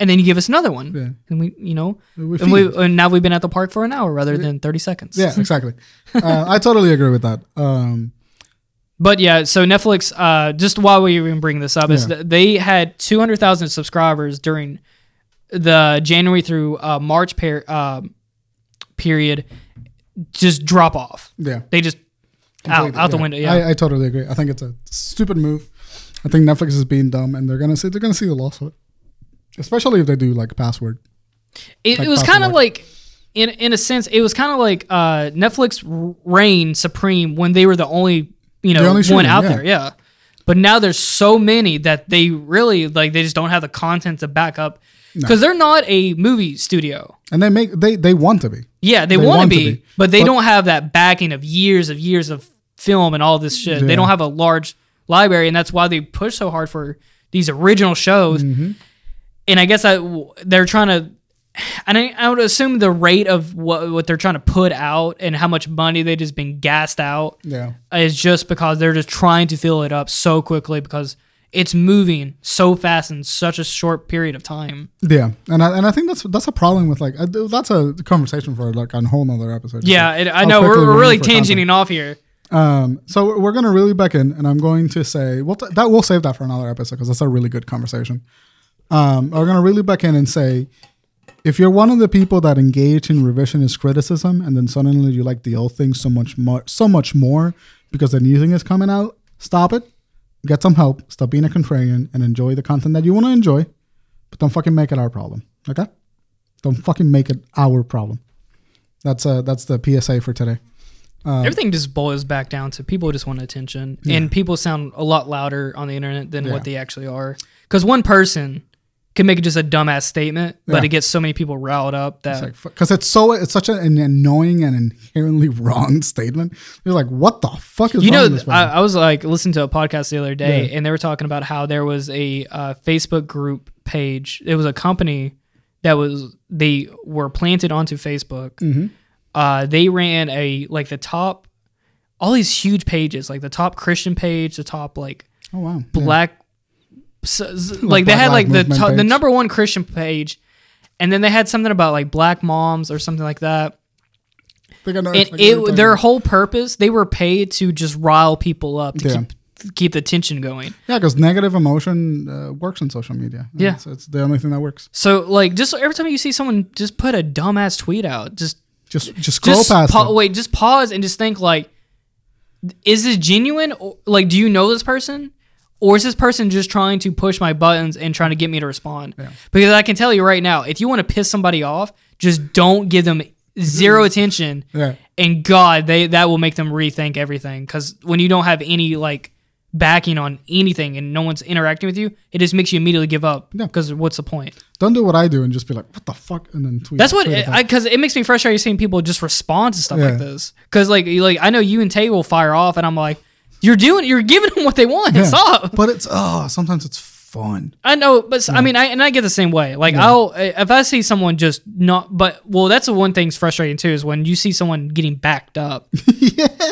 And then you give us another one,
Yeah.
and we, you know,
We
and we
feed.
and now we've been at the park for an hour rather than thirty seconds. [laughs]
Yeah, exactly. uh, I totally agree with that. Um,
But yeah, so Netflix, uh, just while we even bring this up, is
Yeah.
that they had 200,000 subscribers during the January through uh, March per- um period just drop off.
yeah,
They just out,
completely,
out the window. Yeah.
I, I totally agree. I think it's a stupid move. I think Netflix is being dumb, and they're gonna see they're gonna see the loss of it, especially if they do like password.
it,
like
it was
Pop
kind of
Lock.
like, in, in a sense, it was kind of like uh, Netflix r- reigned supreme when they were the only, you know,
only
one
streaming,
out
yeah.
there. Yeah. But now there's so many that they really, like, they just don't have the content to back up. Because they're not a movie studio.
And they make they they want to be.
Yeah,
They
they, want
want
to
to
be,
be.
but they
But-
don't have that backing of years of years of film and all this shit. They
Yeah.
don't have a large library, and that's why they push so hard for these original shows.
Mm-hmm.
And I guess I they're trying to. And I, I would assume the rate of what, what they're trying to put out and how much money they just been gassed out
Yeah,
is just because they're just trying to fill it up so quickly because it's moving so fast in such a short period of time.
yeah, and I and I think that's that's a problem with like I, that's a conversation for like a whole nother episode.
Yeah, it, I
How
know we're,
quickly
we're
we're
really
moving for content.
tangenting off here.
Um, so we're- we're gonna really back in, and I'm going to say well t- that we'll save that for another episode because that's a really good conversation. Um, we're gonna really back in and say if you're one of the people that engage in revisionist criticism, and then suddenly you like the old thing so much more, so much more because the new thing is coming out, stop it, get some help, stop being a contrarian, and enjoy the content that you want to enjoy, but don't fucking make it our problem, okay? Don't fucking make it our problem. That's uh that's the PSA for today. Um,
Everything just boils back down to people just want attention, and people sound a lot louder on the internet than
Yeah.
what they actually are. Because one person can make just a dumbass statement, but
Yeah.
it gets so many people riled up that
because it's so it's such an annoying and inherently [laughs] wrong statement. You're like, what the fuck is
you
wrong
know. uh,
with this?
I,
person?
I was like listening to a podcast the other day,
Yeah.
and they were talking about how there was a uh, Facebook group page. It was a company that was they were planted onto Facebook.
Mm-hmm.
Uh, they ran a like the top, all these huge pages, like the top Christian page, the top like
oh wow, Yeah.
black so, s- like they
Black
had like
Lives
the
Movement
to- the
page.
number one christian page and then they had something about like black moms or something like that
Think I know
and
exactly what
it
you're
their
talking
whole purpose they were paid to just rile people up to
Yeah.
keep to keep the tension going
about. yeah, because negative emotion uh, works on social media.
Yeah.
it's, it's the only thing that works.
so like just every time you see someone just put a dumbass tweet out just
Just just scroll
just
past.
pa-
it.
wait just pause and just think like is this genuine or, like do you know this person or is this person just trying to push my buttons and trying to get me to respond because i can tell you right now if you want to piss somebody off just don't give them zero attention
Mm-hmm. Yeah.
and god they that will make them rethink everything because when you don't have any like backing on anything and no one's interacting with you it just makes you immediately give up
Yeah.
because what's the point
Don't do what I do and just be like, what the fuck, and then tweet.
that's what
tweet about
I because it makes me frustrated seeing people just respond to stuff
Yeah.
like this. Because like you- like I know you and Tay will fire off, and I'm like, you're doing, you're giving them what they want.
it. Yeah.
Stop.
But it's oh, sometimes it's fun.
I know, but s I I mean, I and I get the same way. Like, I'll if I see someone just not, but well, that's the one thing's frustrating too is when you see someone getting backed
[laughs]
up.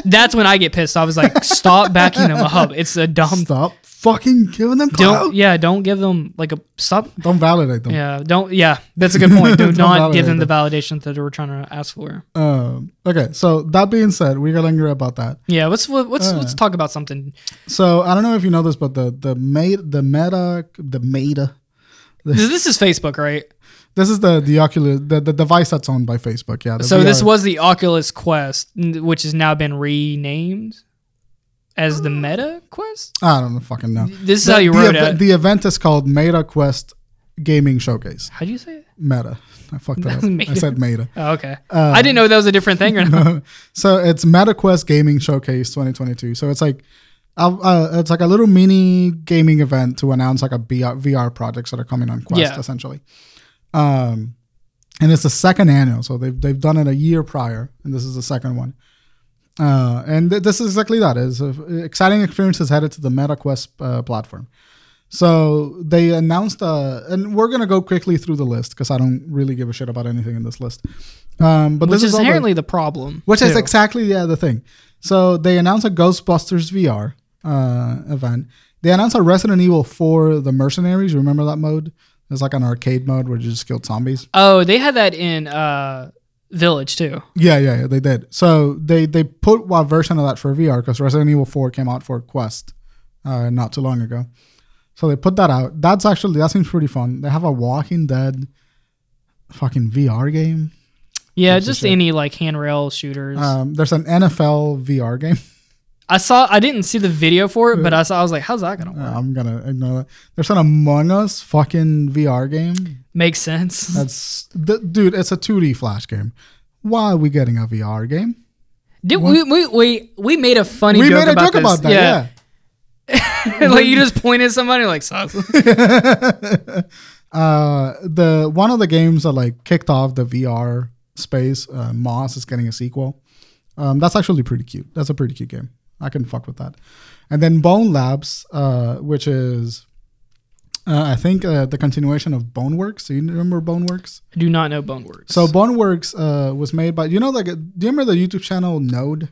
That's when I get pissed. I was like, stop backing them
[laughs]
up. It's a dumb.
Stop fucking giving them
Um, Don't
clout.
yeah. Don't give them like a stop.
Don't validate them.
Yeah. Don't yeah. That's a good point. Do
Oh. [laughs] Don't
not
validate
give them the validation that they were trying to ask for.
Um, okay, so that being said, we got angry about that.
Yeah. Let's let's let's talk about something.
So I don't know if you know this, but the the meta, the meta, the meta.
This, this is Facebook, right?
This is the the Oculus, the, the device that's owned by Facebook. Yeah. the
So this
VR.
was the Oculus Quest, n- which has now been renamed as the Meta Quest.
I don't know, fucking know.
This is how you
the,
wrote
ev-
it.
The event is called Meta Quest Gaming Showcase.
How do you say it?
Meta. I fucked that up. I
[laughs] Meta.
said Meta.
Oh, okay.
Uh,
I didn't know that was a different thing or not.
so it's MetaQuest Gaming Showcase 2022. So it's like, uh, uh, it's like a little mini gaming event to announce like a VR, VR projects that are coming on Quest,
Yeah.
essentially. Um, and it's the second annual, so they've they've done it a year prior, and this is the second one. Uh, and th- this is exactly that. It's a exciting experiences headed to the MetaQuest uh, platform. So they announced, uh, and we're gonna go quickly through the list because I don't really give a shit about anything in this list. Um, but
Which
[laughs] this
is
is all the-
inherently the problem.
which is
too.
exactly the other thing. So they announced a Ghostbusters VR uh, event. They announced a Resident Evil 4 The Mercenaries. You remember that mode? It's like an arcade mode where you just killed zombies.
oh, they had that in uh, Village too.
Yeah, yeah, yeah, they did. So they they put a version of that for VR because Resident Evil 4 came out for Quest uh, not too long ago. So they put that out. That's actually that seems pretty fun. They have a Walking Dead fucking VR game.
Yeah,
That's a
just
shame.
any like handrail shooters.
Um, there's an NFL VR game.
I saw. I didn't see the video for it, but I saw. I was like, how's that gonna work?
Uh, I'm gonna ignore that. There's an Among Us fucking VR game.
Makes sense.
That's th- dude. It's a 2D flash game. Why are we getting a VR game?
Did we, we we we made a funny.
we
joke
made a
about
joke
this.
about that. Yeah.
[laughs] like you just pointed at somebody like sus.
Uh, the one of the games that like kicked off the VR space, uh, Moss is getting a sequel. Um, that's actually pretty cute. That's a pretty cute game. I can fuck with that. And then Bone Labs, uh, which is, uh, I think, uh, the continuation of Boneworks. Do you remember Boneworks?
I [laughs] do not know Boneworks.
So Boneworks uh, was made by you know like do you remember the YouTube channel Node?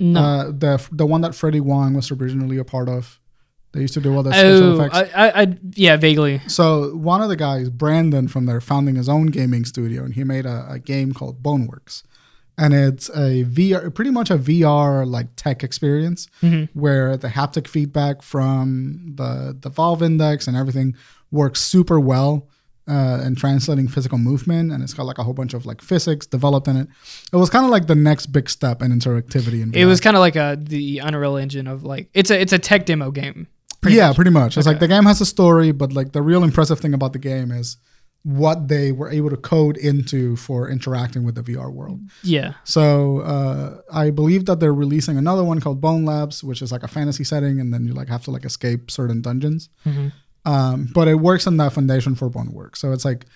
no.
Uh, the the one that Freddie Wong was originally a part of. They used to do all the special
oh,
effects.
I, I, I yeah, vaguely.
so one of the guys, Brandon from there, founding his own gaming studio, and he made a, a game called Boneworks, and it's a VR, pretty much a VR like tech experience
Mm-hmm.
where the haptic feedback from the the Valve Index and everything works super well uh, and translating physical movement, and it's got like a whole bunch of like physics developed in it. It was kind of like the next big step in interactivity in VR.
It was kind of like a the Unreal Engine of like it's a it's a tech demo game. pretty
yeah,
much.
pretty much. It's like
Okay.
the game has a story, but like the real impressive thing about the game is what they were able to code into for interacting with the VR world.
Yeah.
So uh, I believe that they're releasing another one called Bone Labs, which is like a fantasy setting, and then you like have to like escape certain dungeons.
Mm-hmm.
Um, but it works on that foundation for Bone Work. So it's like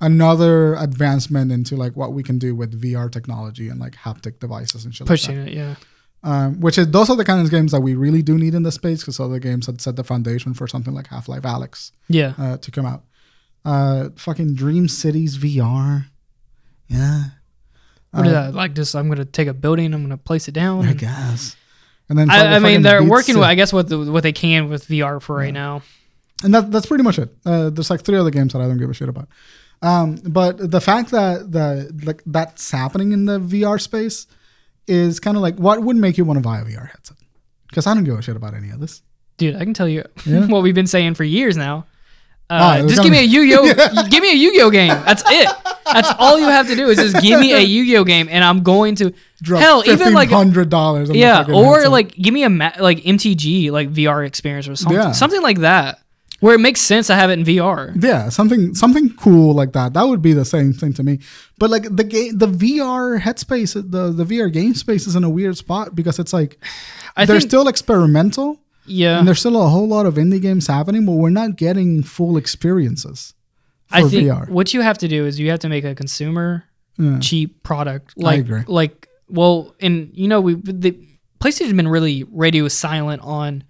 another advancement into like what we can do with VR technology and like haptic devices and shit. like that
Pushing it, yeah.
um, which is those are the kind of games that we really do need in the space because other games had set the foundation for something like Half Life Alex
Yeah.
uh, to come out. Uh, fucking Dream Cities VR, yeah,
What is
Uh,
that? Like just I'm gonna take a building, I'm gonna place it down.
I
and-
guess. And then
Mm. I, I
fucking
mean they're
Beat
working
Sa-
with I guess what the, what they can with VR for right now.
and that, that's pretty much it. Uh, there's like three other games that I don't give a shit about. Um, but the fact that the like that's happening in the VR space is kind of like what would make you want to buy a VR headset? Because I don't give a shit about any of this.
Dude, I can tell you
Yeah.
[laughs] what we've been saying for years now.
Ah,
Uh,
it was
just give
kinda-
me
[laughs]
a Yu-Gi-Oh! Give me a Yu-Gi-Oh game. That's it. That's all you have to do is just
[laughs]
give me a Yu-Gi-Oh game, and I'm going to
Drop
hell even like
hundred dollars.
Yeah, or like give me a ma- like MTG like VR experience or something,
Yeah.
something like that, where it makes sense to have it in VR.
Yeah, something something cool like that. That would be the same thing to me. But like the game, the VR headspace, the the VR game space is in a weird spot because it's like
I
they're
think-
still experimental
Yeah,
and there's still a whole lot of indie games happening, but we're not getting full experiences for
I think
VR.
what you have to do is you have to make a consumer cheap product. Like,
agree.
like well, and you know we the PlayStation's been really radio silent on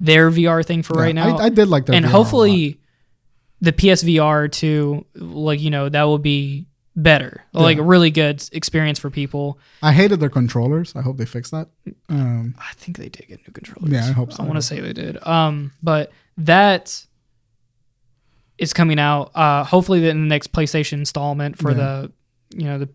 their VR thing for right
Yeah,
now.
I, I did like that.
and hopefully the PSVR too, like you know, that will be better, like a really good experience for people.
I hated their controllers. I hope they fix that. Um,
I think they did get new controllers.
Yeah, I hope so.
I want to say they did. Um, but that is coming out. Uh, hopefully in the next PlayStation installment for
Yeah.
the you know the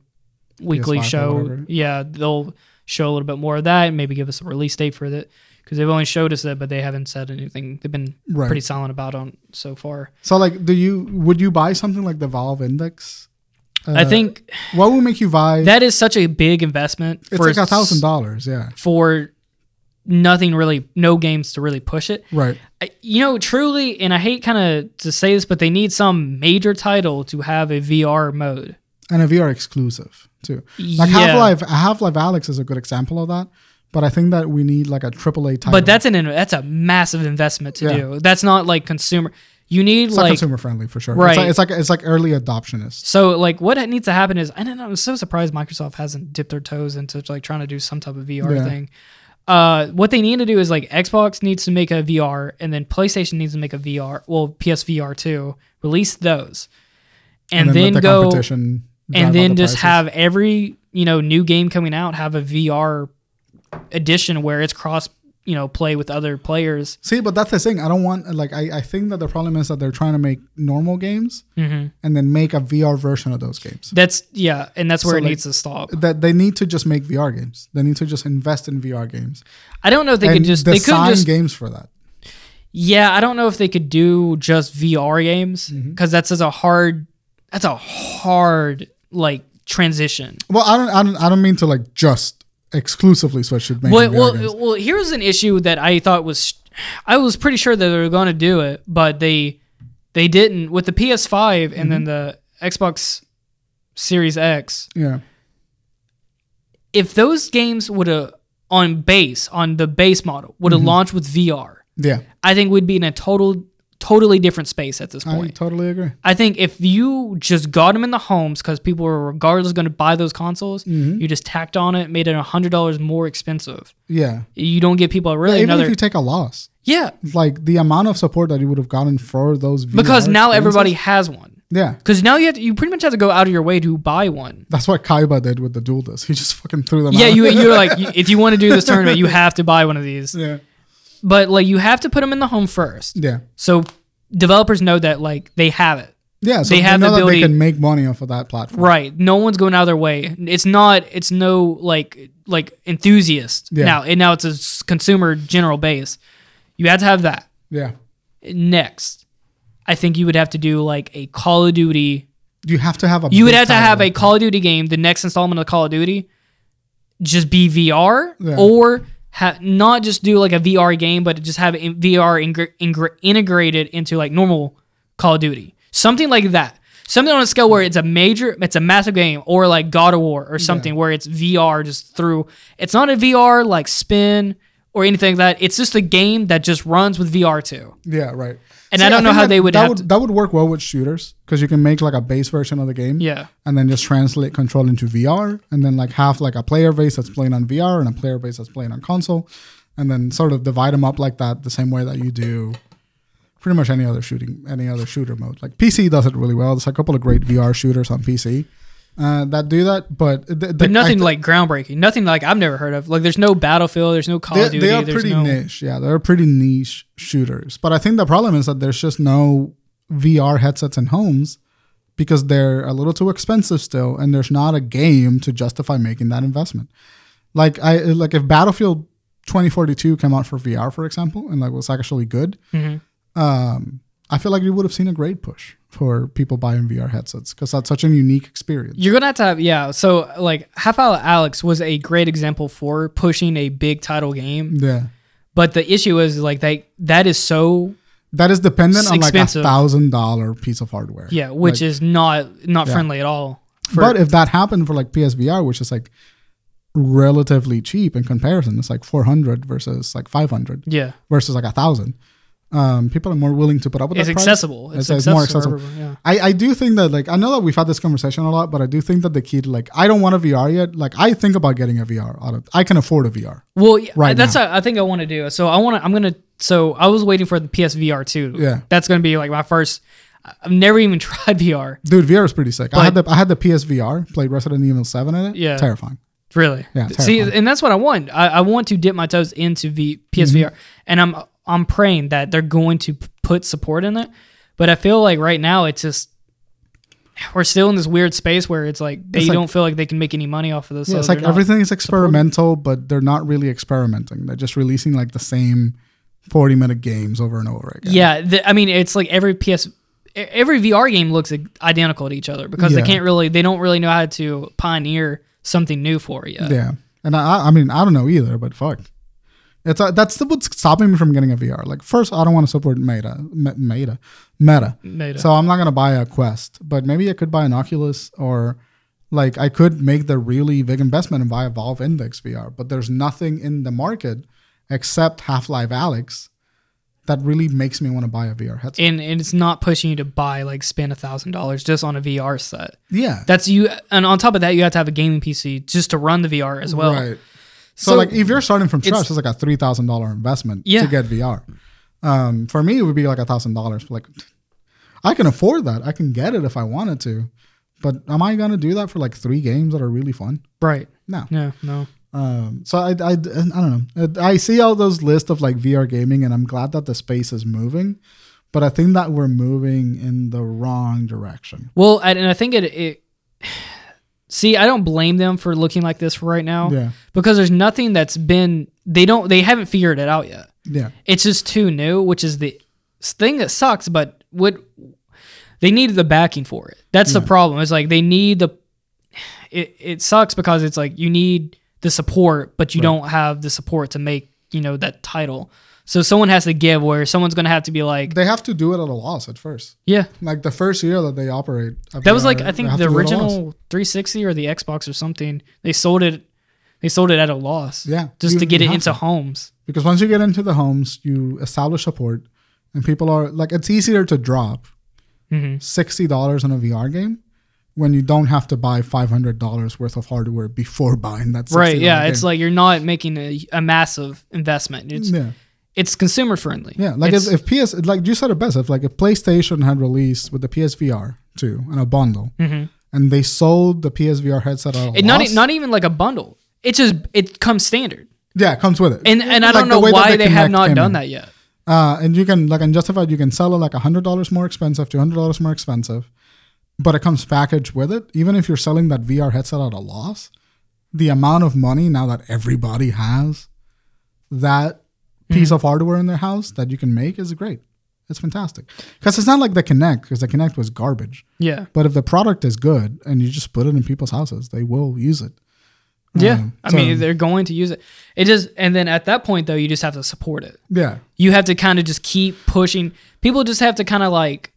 weekly
PS5 or
show.
whatever.
Yeah, they'll show a little bit more of that and maybe give us a release date for that because they've only showed us that, but they haven't said anything. They've been
Right.
pretty silent about on so far.
so like, do you would you buy something like the Valve Index?
I
Uh,
think
what would make you buy?
that is such a big investment
it's
for
like a
s-
thousand dollars. Yeah,
for nothing really no games to really push it
right.
I, you know truly and i hate kind of to say this but they need some major title to have a vr mode
And a VR exclusive too. Like
Yeah.
Half Life, Half Life Alex is a good example of that. But I think that we need like a AAA title.
but that's an in- that's a massive investment to
Yeah.
do that's not like consumer you need
it's not
like
consumer friendly for sure. It's
Right.
like, it's like it's like early adoptionist.
so like what needs to happen is i don't know i'm so surprised microsoft hasn't dipped their toes into like trying to do some type of vr
Yeah.
thing uh, what they need to do is like Xbox needs to make a VR, and then PlayStation needs to make a VR. Well, PSVR too. Release those, and, then,
let the
go
competition drive
and
up
then
the
just
prices.
have every you know new game coming out have a VR edition where it's cross you know play with other players.
See, but that's the thing. I don't want like I, I think that the problem is that they're trying to make normal games
Mm-hmm.
and then make a VR version of those games.
That's yeah, and that's where
So,
it
like, uh,
needs to stop.
That they need to just make VR games. They need to just invest in VR games.
I don't know if they could
and
just they could
design
just
games for that.
yeah. I don't know if they could do just VR games
Mm-hmm.
because that's as a hard that's a hard like transition.
Well, I don't I don't I don't mean to like just exclusively switch to making
Well,
VR
well,
games.
well, here's an issue that I thought was, I was pretty sure that they were going to do it, but they, they didn't with the PS5 and
Mm-hmm.
then the Xbox Series X.
Yeah.
If those games would have on base on the base model would
Mm-hmm.
have launched with VR,
Yeah.
I think we'd be in a total, totally different space at this
I
point.
totally agree.
I think if you just got them in the homes because people were regardless going to buy those consoles,
Mm-hmm.
you just tacked on it, made it hundred dollars more expensive.
Yeah.
You don't get people really
Even
another
if you take a loss,
yeah.
like the amount of support that you would have gotten for those VR
because now everybody
experiences-
has one.
Yeah.
Because now you have to, you pretty much have to go out of your way to buy one.
That's what Kaiba did with the dual disc. He just fucking threw them
Yeah,
out.
you you're like you- if you want to do this tournament, you have to buy one of these.
[laughs] yeah.
But like you have to put them in the home first,
Yeah.
so developers know that like they have it.
Yeah, so
They
they,
have
know that
the ability-
they can make money off of that platform.
Right. No one's going out of their way. It's not. It's no like like enthusiast
Yeah.
now. And now it's a s- consumer general base. You had to have that.
Yeah.
Next, I think you would have to do like a Call of Duty
You have to have a
You would
big
have to have a
title.
Call of Duty game, the next installment of Call of Duty, just be VR
Yeah.
or ha- not just do like a VR game, but just have in- VR ingre- ingre- integrated into like normal Call of Duty. Something like that. Something on a scale where it's a major, it's a massive game, or like God of War or something where it's VR just through. It's not a VR like spin or anything like that. It's just a game that just runs with VR too.
Yeah, right.
And I don't know
think
how
that-
they would
that
have
would
to-
that would work well with shooters because you can make like a base version of the game.
Yeah.
And then just translate control into VR and then like have like a player base that's playing on VR and a player base that's playing on console and then sort of divide them up like that the same way that you do pretty much any other shooting any other shooter mode. Like PC does it really well. There's a couple of great VR shooters on PC. Uh, that do that, but th- th-
But
I
nothing
thi-
like groundbreaking. Nothing like I've never heard of. Like there's no Battlefield. There's no Call
they,
of Duty.
they are
there's
pretty
no,
niche. Yeah, they're pretty niche shooters. But I think the problem is that there's just no VR headsets in homes because they're a little too expensive still, and there's not a game to justify making that investment. Like I like if Battlefield 2042 came out for VR, for example, and like was actually good,
Mm-hmm.
um, I feel like you would have seen a great push for people buying VR headsets because that's such a unique experience.
You're gonna have to have yeah. So like Half Hour Alex was a great example for pushing a big title game,
Yeah.
but the issue is like they that is so
That is dependent
It's
on like a
expensive.
thousand dollar piece of hardware.
yeah, which is not not friendly at all. For,
but if that happened for like PSVR, which is like relatively cheap in comparison, it's like 400 versus like 500
yeah,
versus like a thousand. um, people are more willing to put up with
It's
that price.
accessible. It's,
It's- it's more
accessible.
accessible.
Yeah.
I, I do think that like I know that we've had this conversation a lot, but I do think that the key to like I don't want a VR yet. Like I think about getting a VR. Out of, I can afford a VR.
Well, yeah,
Right
that's what I think I want to do. So I want to. I'm gonna. So I was waiting for the PSVR two.
Yeah.
That's gonna be like my first. I've never even [laughs] tried VR.
Dude, VR is pretty sick. I had
But-
the I had the PSVR, played Resident Evil Seven in it.
Yeah.
terrifying.
Really?
Yeah,
See,
terrifying.
and that's what I want. I, I want to dip my toes into v, PSVR,
Mm-hmm.
and I'm I'm praying that they're going to p- put support in it. But I feel like right now it's just we're still in this weird space where it's like they
It's like-
don't feel like they can make any money off of this.
Yeah,
so
it's like
they're not-
everything is experimental, but they're not really experimenting. They're just releasing like the same forty minute games over and over again.
Yeah, the, I mean, it's like every PS, e- every VR game looks identical to each other because
Yeah.
they can't really, they don't really know how to pioneer something new for you.
Yeah, and I, I- I mean, I don't know either, but fuck, it's uh, that's the, what's stopping me from getting a VR. Like, first, I don't want to support Meta, Me- Meta, Meta.
Meta.
So I'm not gonna buy a Quest, but maybe I could buy an Oculus or like I could make the really big investment and buy a Valve Index VR. But there's nothing in the market except Half Life Alex that really makes me want to buy a VR headset.
And, and it's not pushing you to buy like spend a thousand dollars just on a VR set.
yeah,
That's you, and on top of that, you have to have a gaming PC just to run the VR as well.
right. So,
So-
like if you're starting from scratch,
It's-
it's like a three thousand dollar investment
Yeah.
to get VR. Um, for me, it would be like a thousand dollars. Like, I can afford that. I can get it if I wanted to, but am I gonna do that for like three games that are really fun?
Right?
No.
No, no.
Um, so I, I, I don't know. I see all those lists of like VR gaming, and I'm glad that the space is moving, but I think that we're moving in the wrong direction.
Well, I, and I think it, it. [sighs] See, I don't blame them for looking like this right now
Yeah.
because there's nothing that's been they don't they haven't figured it out yet.
Yeah.
it's just too new, which is the thing that sucks. But what they needed the backing for it. That's
Hmm.
the problem. It's like they need the. It it sucks because it's like you need the support, but you don't have the support to make you know that title. So someone has to give, where someone's gonna have to be like,
They have to do it at a loss at first.
yeah.
Like the first year that they operate. a
That was like
VR,
I
they
think
have
the
to do it at a loss.
original 360 or the Xbox or something. They sold it. They sold it at a loss.
Yeah,
just
you-
to get
you
it
have
into
to.
homes.
because once you get into the homes, you establish support, and people are like, it's easier to drop
Mm-hmm.
sixty dollars on a VR game when you don't have to buy five hundred dollars worth of hardware before buying that. $60
Right. Yeah.
game.
It's like you're not making a, a massive investment. It's
yeah,
it's consumer friendly.
yeah. Like
it's,
if, if PS, like you said it best, if like if PlayStation had released with the PSVR two in a bundle, and they sold the PSVR headset at a
Mm-hmm. it not
loss-
e- not even like a bundle. It just it comes standard,
yeah, it comes with it,
and and I
Like
don't
the
know
way that
why they have
Kinect
not
came
done
in.
that yet.
Uh, and you can like and justified you can sell it like hundred dollars more expensive, two hundred dollars more expensive, but it comes packaged with it. Even if you're selling that VR headset at a loss, the amount of money now that everybody has that
Mm-hmm.
piece of hardware in their house that you can make is great. It's fantastic because it's not like the Kinect because the Kinect was garbage.
Yeah,
But if the product is good and you just put it in people's houses, they will use it.
yeah.
Um,
I
so-
mean, they're going to use it. It just and then at that point though, you just have to support it.
Yeah,
You have to kind of just keep pushing. People just have to kind of like.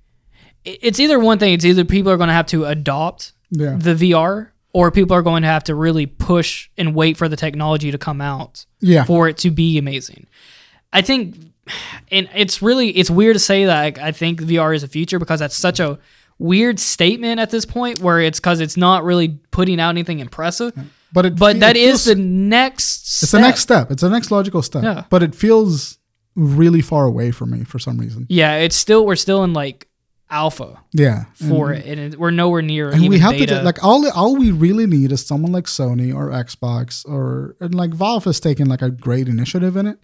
i- It's either one thing. It's either people are going to have to adopt
yeah.
the VR, or people are going to have to really push and wait for the technology to come out.
Yeah.
for it to be amazing. I think, and it's really it's weird to say that like, I think VR is the future because that's such a weird statement at this point where it's because it's not really putting out anything impressive.
But it
But
fe-
that
it feels-
is the next.
It's the next step. It's the next logical step.
Yeah.
But it feels really far away for me for some reason.
Yeah, it's still we're still in like alpha
Yeah.
for it, and it, we're nowhere near.
And
even
we have
beta.
to get, like all all we really need is someone like Sony or Xbox or and like Valve has taken like a great initiative in it.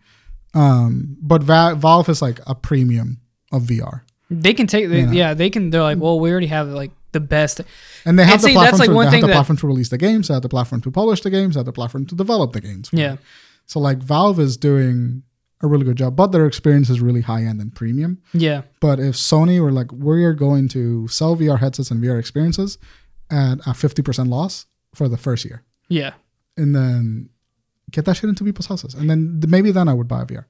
Um, but Va- Valve is like a premium of VR,
they can take. They, Yeah, they can. They're like, well, we already have like the best.
and they have
And
the
see, that's,
platform.
like,
to,
one
they have
thing
the
that-
platform to release the games. They have the platform to polish the games. They have the platform to develop the games.
Yeah,
So like Valve is doing a really good job, but their experience is really high end and premium.
yeah.
But if Sony were like, we are going to sell VR headsets and VR experiences at a 50% loss for the first year,
Yeah.
and then get that shit into people's houses. And then th- maybe then I would buy a VR.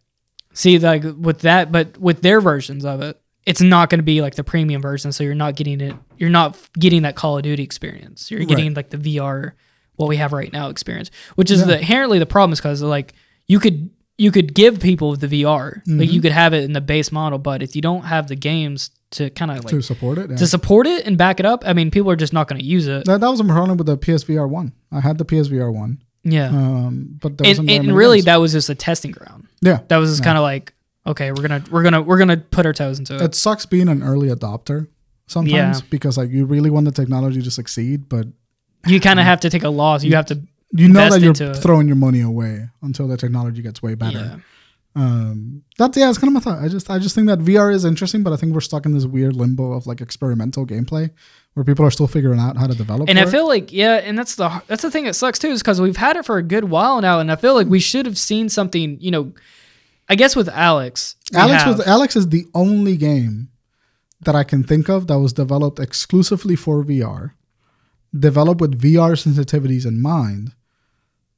See, like with that, but with their versions of it, it's not going to be like the premium version. So you're not getting it. You're not getting that Call of Duty experience. You're getting like the VR, what we have right now experience, which is the, inherently the problem is because like you could you could give people the VR.
Mm-hmm.
Like you could have it in the base model, but if you don't have the games to kind of like
to support it. Yeah.
to support it and back it up, I mean, people are just not going to use it.
that, that was a problem with the PSVR one. I had the PSVR one,
Yeah.
um, but there
and,
wasn't very
and
many
really
games.
that was just a testing ground
yeah,
that was just kind of like okay we're gonna we're gonna we're gonna put our toes into it
it sucks being an early adopter sometimes
Yeah.
because like you really want the technology to succeed, but
you kind of have to take a loss you have to
you know
Invest
that you're
into it.
throwing your money away until the technology gets way better.
yeah
Um, that's yeah, it's kind of my thought. I just I just think that VR is interesting, but I think we're stuck in this weird limbo of like experimental gameplay where people are still figuring out how to develop.
and i
for it.
feel like yeah and that's the that's the thing that sucks too is because we've had it for a good while now and i feel like we should have seen something you know i guess with alex we
Alex
have-
was Alex is the only game that I can think of that was developed exclusively for VR, developed with VR sensitivities in mind.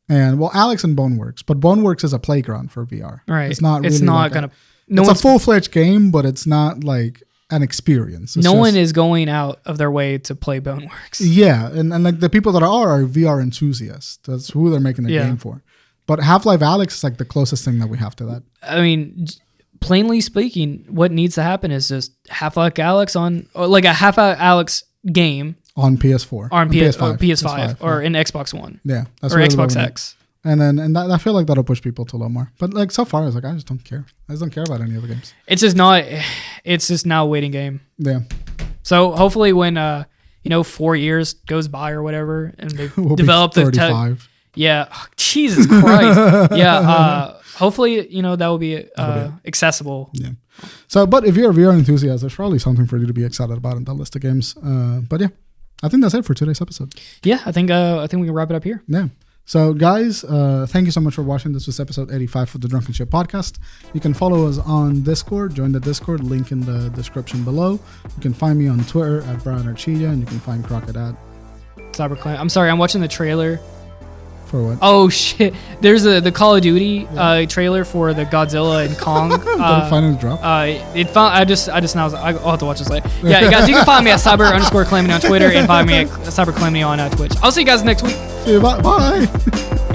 And well, Alex and Boneworks, but Boneworks is a playground for VR.
right
It's not. Really
it's not
like a-
gonna no
it's a
one's,
full fledged game, but it's not like an experience. It's
no
just-
one is going out of their way to play boneworks
Yeah, and, and like the people that are are VR enthusiasts. That's who they're making the
Yeah.
game for. But Half Life Alex is like the closest thing that we have to that.
I mean, j- plainly speaking, what needs to happen is just half like Alex on or like a half out Alex game
on PS4,
on oh,
on
PS, or PS5
PS5,
or an Xbox One
yeah, that's
or
really what
Xbox
we need.
X.
And then and that, I feel like that'll push people to a lot more. But like so far, it's like I just don't care. I just don't care about any other games.
It's just not. It's just now a waiting game.
Yeah,
So hopefully, when uh, you know, four years goes by or whatever, and they
[laughs] we'll
develop
be
the tech.
thirty-five.
Yeah, oh, Jesus Christ.
[laughs]
yeah. Uh, hopefully, you know that will be uh, accessible.
yeah. So, but if you're a VR enthusiast, there's probably something for you to be excited about in that list of games. Uh, but yeah, I think that's it for today's episode.
Yeah, I think. Uh, I think we can wrap it up here.
Yeah. So, guys, uh, thank you so much for watching. This was episode 85 of the Drunken Ship podcast. You can follow us on Discord. Join the Discord, link in the description below. You can find me on Twitter at Brian Archilla, and you can find Crockett at
Cyberclan. I'm sorry. I'm watching the trailer.
for what?
Oh shit! There's a the Call of Duty uh, trailer for the Godzilla and
[laughs]
Kong.
Gotta
uh,
find it drop.
uh, it found. I just. I just now. was like, I'll have to watch this later. Yeah, you guys, you can find me at cyber underscore calamity on Twitter and find me at cyber calamity on uh, Twitch. I'll see you guys next week.
See you, bye. bye.